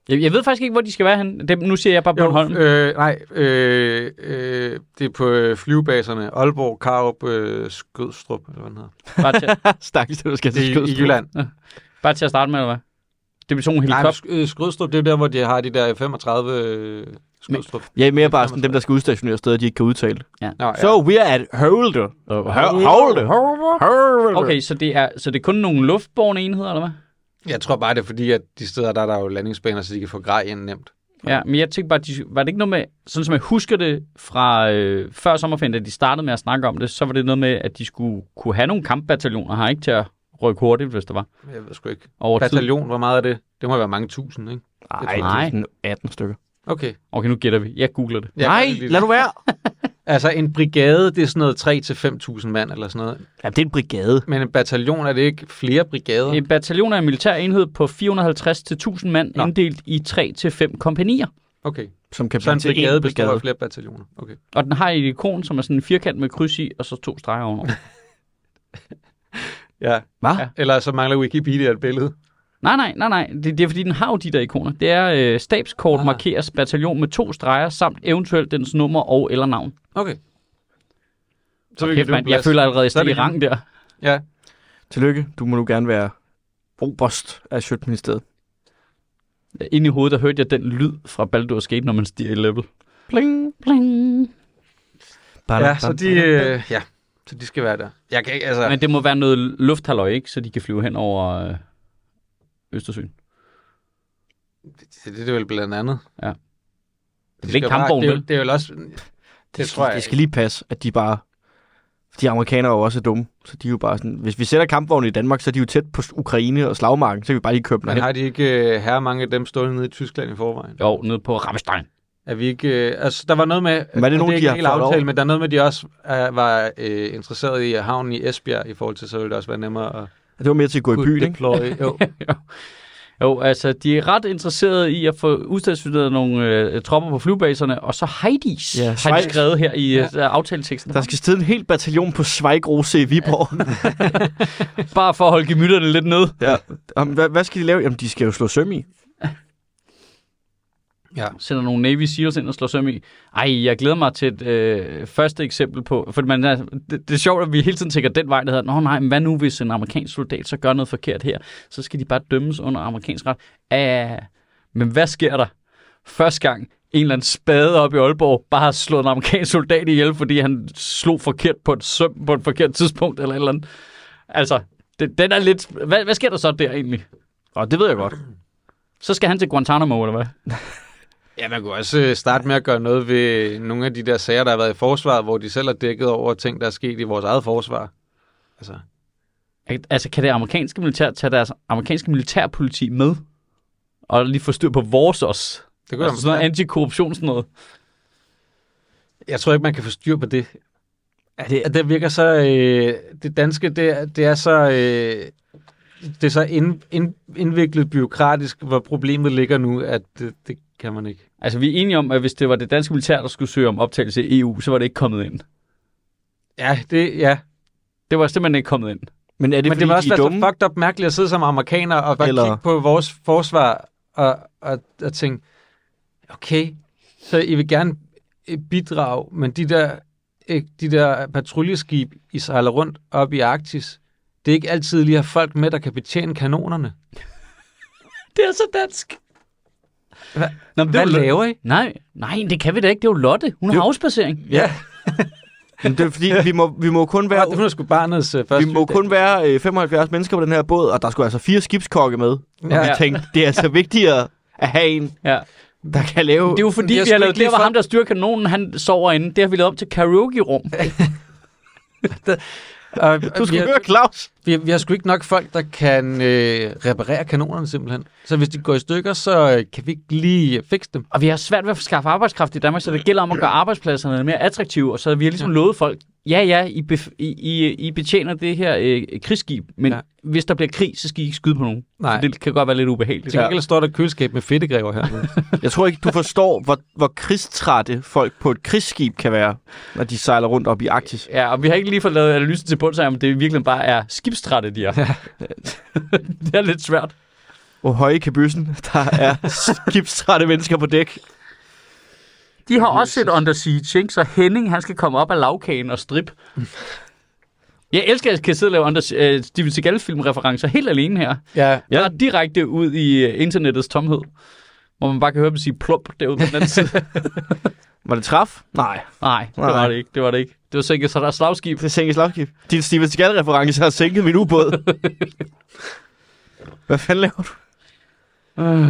A: Jeg, jeg ved faktisk ikke, hvor de skal være henne. Det, nu siger jeg bare Bornholm.
B: Jo, øh, nej, øh, øh, det er på øh, flyvebaserne Aalborg, Karup, øh, Skødstrup, eller hvad den hedder.
A: Bare, til,
C: Stakkes, du skal til
B: Det er i, i
C: Skødstrup.
B: Jylland.
A: bare til at starte med, eller hvad? Det bliver sådan nogle
B: Nej,
A: helikopter.
B: men Sk- øh, Skrydstrup, det er jo der, hvor de har de der 35 øh, Skrydstrup.
C: Ja, mere bare sådan dem, der skal udstationere steder, de ikke kan udtale.
B: Nå, ja.
C: So we are at Holder. Holder. Holder.
A: Okay, så det er, så det er kun nogle luftborne enheder, eller hvad?
B: Jeg tror bare, det er fordi, at de steder, der er der jo landingsbaner, så de kan få grej ind nemt.
A: Ja, men jeg tænkte bare, de, var det ikke noget med, sådan som jeg husker det fra øh, før sommerferien, da de startede med at snakke om det, så var det noget med, at de skulle kunne have nogle kampbataljoner her, ikke til at rykke hurtigt, hvis der var
B: Jeg ved sgu ikke.
A: over tid.
B: Bataljon, hvor meget er det? Det må være mange tusind, ikke?
C: Nej,
B: tror
C: det
A: jeg
C: er
A: ikke.
C: sådan 18 stykker.
B: Okay.
A: Okay, nu gætter vi. Jeg googler det.
B: Ja,
C: Nej,
B: det er lidt-
C: lad nu være.
B: Altså, en brigade, det er sådan noget 3-5.000 mand eller sådan noget.
C: Jamen, det er en brigade.
B: Men en bataljon, er det ikke flere brigader?
A: En bataljon er en militær enhed på 450-1000 mand,
B: Nå.
A: inddelt i 3-5 kompanier.
B: Okay,
C: Som kan
B: så en brigade
C: én
B: består af flere bataljoner. Okay.
A: Og den har et ikon, som er sådan en firkant med kryds i, og så to streger ovenover.
B: Ja.
C: Hvad?
A: Ja.
B: Eller så mangler Wikipedia et billede.
A: nej, nej, nej, nej. Det, det er fordi, den har jo de der ikoner. Det er øh, stabskort
B: Ah.
A: ah. markeres bataljon med to streger, samt eventuelt dens nummer og eller navn.
B: Okay. Så
A: Kæft,
B: blive
A: man, jeg
B: blæst.
A: føler allerede,
B: Så er
A: at jeg
B: det
A: i rang der.
B: Ja.
C: Tillykke. Du må nu gerne være oberst af Sjøtministeriet.
A: Inde i hovedet, der hørte jeg den lyd fra Baldur's Gate, når man stiger i level.
C: Pling.
A: Bling.
B: ja, så de, øh, ja, så de skal være der. Jeg kan ikke, altså...
A: Men det må være noget lufthalløj, ikke? Så de kan flyve hen over øh, Østersøen.
B: Det, det er vel blandt andet.
A: Ja.
B: De
A: vel
B: skal
A: ikke
B: bare-
A: kampvogn,
B: det, er jo-
A: vel?
B: det er vel også...
C: Det,
B: Det
C: skal,
B: tror jeg
C: det skal lige passe, at de bare... De amerikanere er jo også dumme, så de er jo bare sådan... Hvis vi sætter kampvogne i Danmark, så er de jo tæt på Ukraine og slagmarken, så kan vi bare lige købe
B: Men
C: dem.
B: har de ikke øh, her mange af dem stående nede i Tyskland i forvejen?
A: Jo, nede på Rammstein.
B: Er vi ikke... Øh, altså, der var noget med...
C: Men er det nogen,
B: er
C: de
B: ikke
C: har
B: en hel
C: fået
B: aftale,
C: over?
B: men der er noget med, de også øh, var øh, interesseret i havnen i Esbjerg i forhold til, så ville det også være nemmere at
C: Det var mere til at gå i byen, ikke?
B: deploy. Jo.
A: Jo, altså, de er ret interesserede i at få udstationeret nogle øh, tropper på flybaserne, og så Heidi's,
C: Ja,
A: ja, har de
C: Schweiz.
A: skrevet her i ja. aftaleteksten.
C: Der skal sidde en hel bataljon på Svejgrose i Viborg.
A: Bare for at holde gemytterne lidt ned.
C: ja. Jamen, hvad, hvad skal de lave? Jamen, de skal jo slå søm i.
B: ja.
A: Sender nogle Navy Seals ind og slår søm i. Ej, jeg glæder mig til et øh, første eksempel på, for man, er- det, det er sjovt, at vi hele tiden tænker den vej, der hedder, Nå nej, men hvad nu, hvis en amerikansk soldat så gør noget forkert her? Så skal de bare dømmes under amerikansk ret. Ah, men hvad sker der? Første gang, en eller anden spade op i Aalborg, bare har slået en amerikansk soldat ihjel, fordi han slog forkert på et søm på et forkert tidspunkt, eller et eller andet. Altså, det, den er lidt... Hvad, hvad sker der så der egentlig?
C: Og det ved jeg godt.
A: Så skal han til Guantanamo, eller hvad?
B: Ja, man kunne også øh, starte med at gøre noget ved nogle af de der sager, der har været i forsvaret, hvor de selv er dækket over ting, der er sket i vores eget forsvar. Altså,
A: Altså, kan det amerikanske militær tage deres amerikanske militærpoliti med? Og lige få styr på vores også?
B: det kunne
A: Altså sådan noget antikorruption, sådan noget.
B: Jeg tror ikke, man kan få styr på det.
C: Er det,
B: Det virker så... Øh, det danske, det, er- det er så... Øh, det er så ind, ind, indviklet byråkratisk, hvor problemet ligger nu, at det, det kan man ikke.
A: Altså, vi er enige om, at hvis det var det danske militær, der skulle søge om optagelse i EU, så var det ikke kommet ind.
B: Ja, det, ja.
A: Det var simpelthen ikke kommet ind.
C: men er det,
B: Det Men
C: fordi,
B: det var også
C: de er
B: være
C: dumme?
B: så fucked up mærkeligt at sidde som amerikaner og bare
C: Eller-
B: Eller... kigge på vores forsvar og, og, og tænke, okay, så I vil gerne øh, bidrage, men de der, øh, de der patruljeskib, I sejler rundt op i Arktis, det er ikke altid lige at have folk med, der kan betjene kanonerne.
A: Det er så dansk.
B: Hva-
A: Nå, men det er
B: Hvad
A: jo-
B: laver I?
A: Nej, nej, det kan vi da ikke. Det er jo Lotte. Hun har
C: Det-
A: afspacering.
B: Ja,
C: Men det er fordi, vi må, vi må kun
B: Hva, det
C: være...
B: var sgu barnets uh, første
C: Vi må kun være øh, 75 mennesker på den her båd, og der skulle altså fire skibskokke med. Og
B: Ja.
C: ja. vi tænkte, det er altså vigtigere at have en,
A: Ja.
C: der kan lave...
A: Det er jo fordi,
B: jeg
A: vi har
B: skulle
A: lavet
B: ikke
A: det,
B: lige
A: var
B: for-
A: ham, der styrer kanonen, han sover inde. Det har vi lavet om til karaoke-rum.
B: Og,
C: Du
B: vi,
C: skulle
B: har,
C: høre Claus.
B: vi, har, vi har sgu ikke nok folk, der kan øh, reparere kanonerne simpelthen. Så hvis de går i stykker, så øh, kan vi ikke lige øh, fikse dem.
A: Og vi har svært ved at skaffe arbejdskraft i Danmark, så det gælder om at gøre arbejdspladserne mere attraktive, og så vi har ligesom lovet folk, ja ja, I, bef- I, I, I betjener det her øh, krigsskib, men ja.
B: Ja.
A: hvis der bliver krig, så skal I ikke skyde på nogen.
B: Nej.
A: For Det kan godt være lidt ubehageligt.
B: Til gengæld står der et køleskab med fedtegræver her.
C: Jeg tror ikke, du forstår, hvor, hvor krigstrætte folk på et krigsskib kan være, når de sejler rundt op i Arktis.
A: Ja, og vi har ikke lige fået lavet analysen til bunds af, om det virkelig bare er skibstrætte, de er. det er lidt svært.
C: Og høje i kabøssen, der er skibstrætte mennesker på dæk.
A: De har også set Under Siege, ikke? så Henning han skal komme op af lavkagen og strip. Jeg elsker, at jeg kan sidde og lave under, øh, Steven Seagal-filmreferencer helt alene her.
B: ja.
A: Ja. Der er direkte ud i øh, internettets tomhed, hvor man bare kan høre dem sige plump derude på den anden side.
C: Var det træf? Nej.
A: Nej, det var
C: Nej.
A: det ikke. Det var det ikke. Det var sikkert, så der er slagskib.
C: Det er sænket slagskib. Din Steven Seagal-reference har sænket min ubåd. Hvad fanden laver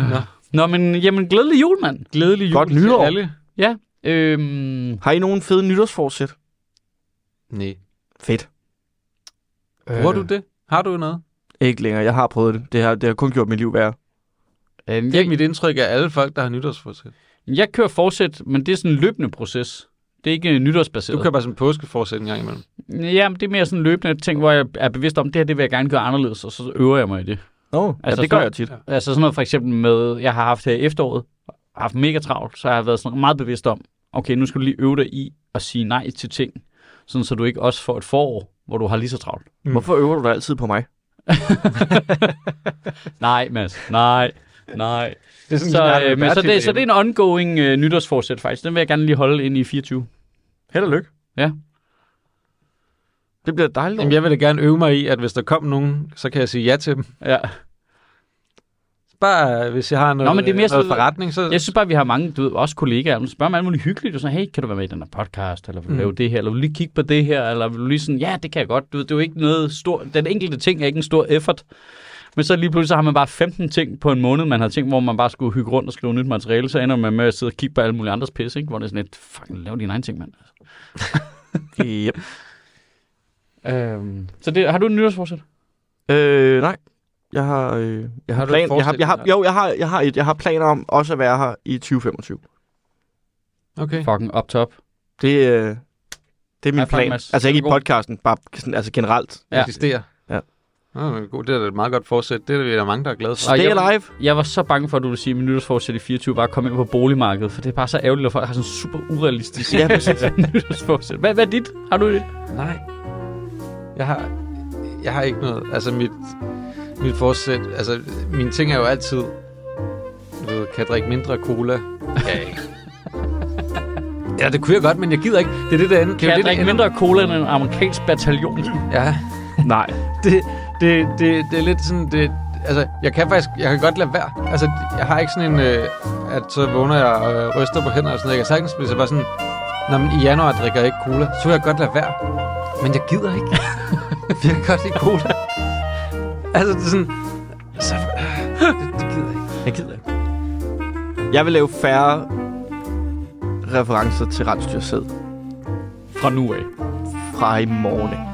C: du?
A: Nå, men jamen, glædelig jul, mand.
B: Glædelig jul
C: Godt
B: til
C: nytår.
B: alle.
A: Ja, øhm,
C: Har I nogen fede nytårsforsæt?
B: Nej.
C: Fedt.
B: Bruger du det? Har du noget?
C: Ikke længere. Jeg har prøvet det. Det har, det har kun gjort mit liv værre.
A: øhm,
B: Det er
A: jeg,
B: mit indtryk af alle folk, der har nytårsforsæt.
A: jeg kører fortsæt, men det er sådan en løbende proces. Det er ikke øh, nytårsbaseret.
B: Du kører bare sådan en påskeforsæt en gang imellem.
A: Ja, men det er mere sådan løbende ting, hvor jeg er bevidst om, det her det vil jeg gerne gøre anderledes, og så øver jeg mig i det.
C: Nå,
A: Altså,
C: altså, ja,
A: sådan
C: det gør
A: noget-
C: jeg tit.
A: Altså sådan noget for eksempel med, jeg har haft her i efteråret, haft mega travlt, så jeg har været sådan meget bevidst om, okay, nu skal du lige øve dig i at sige nej til ting, sådan så du ikke også får et forår, hvor du har lige så travlt.
B: Mm.
C: Hvorfor øver du dig altid på mig?
A: Nej, Mads, nej, nej.
B: Det er
A: Så, øh, men, så, det, så det er en ongoing øh, nytårsforsæt faktisk, den vil jeg gerne lige holde ind i 24.
C: Held og lykke.
A: Ja.
C: Det bliver et dejligt. år.
B: Jamen, jeg vil da gerne øve mig i, at hvis der kom nogen, så kan jeg sige ja til dem.
A: Ja.
B: Bare øh, hvis jeg har noget,
A: Nå, men det er mere
B: noget
A: sådan-
B: forretning, så...
A: Jeg synes bare, vi har mange, du ved, også kollegaer, som spørger mig alt muligt hyggeligt, og sådan, hey, kan du være med i den her podcast, eller vil du
B: Mm.
A: lave det her, eller vil du lige kigge på det her, eller vil du lige sådan, ja, det kan jeg godt, du ved, det er jo ikke noget stor, den enkelte ting er ikke en stor effort, men så lige pludselig så har man bare 15 ting på en måned, man har tænkt, hvor man bare skulle hygge rundt og skrive nyt materiale, så ender man med at sidde og kigge på alle mulige andres pisse, ikke? hvor det er sådan lidt, fucking lav dine egne ting, mand.
C: Yep.
A: Øhm. Så det, har du en nytårsforsæt?
C: Øh, nej. Jeg har, øh, jeg har,
B: Har du
C: har
B: et
C: plan, jeg har, jeg har,
B: forestilling?
C: jo, jeg har, jeg har, et, jeg har planer om også at være her i 2025.
B: Okay.
A: Fucking up top.
C: Det, øh, det er min
A: Ja, fuck,
C: plan.
A: Mads.
C: Altså
A: Det
C: ikke i
A: er god.
C: podcasten, bare sådan, altså generelt.
A: Ja.
B: Ja. Eksisterer.
C: Ja.
B: Nå, men god, det er da et meget godt forsæt. Det er der, vi er der mange, der er glade for.
A: Ej,
C: Stay
A: jeg-
C: alive.
A: Jeg var så bange for, at du ville sige, at min nytårsforsæt i 24 var at komme ind på boligmarkedet, for det er bare så ærgerligt, at folk har sådan super urealistisk
C: Ja, præcis.
A: nytårsforsæt. Hvad, hvad er dit? Har du det?
B: Nej. Jeg har, jeg har ikke noget. Altså, mit, mit forsæt... Altså, mine ting er jo altid... Du ved, kan jeg drikke mindre cola? Ja, ikke. ja, det kunne jeg godt, men jeg gider ikke. Det er det, der ender.
A: Kan
B: det er
A: jeg
B: det, der
A: drikke
B: ender-
A: mindre cola end en amerikansk bataljon?
B: Ja.
C: Nej.
B: det, det, det, det er lidt sådan, det, altså, jeg kan faktisk, jeg kan godt lade være. Altså, jeg har ikke sådan en, øh, at så vågner jeg og øh, ryster på hænder og sådan noget. Jeg kan sagtens spise, så bare sådan, når man i januar drikker jeg ikke cola, så vil jeg godt lade være. Men jeg gider ikke. jeg kan godt lide cola. altså, det er sådan, så, øh, det, det gider jeg ikke.
C: Jeg gider ikke. Jeg vil lave færre referencer til rensdyrsæd
A: Fra nu af.
C: fra i morgen. af.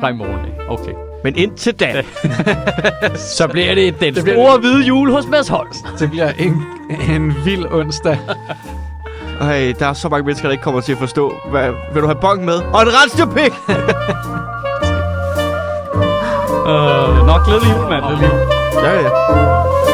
A: Fra i morgen af. Okay.
C: Men indtil da,
A: Så bliver det den Øh, det
B: bliver
A: store hvide jul hos Mads Holst.
B: Det bliver en, en vild onsdag.
C: Ej, øh, der er så mange mennesker, der ikke kommer til at forstå. Hvad, vil du have bong med? Og en rensdyrpik!
A: Uh, nok glædelig jul, mand.
C: ja, ja.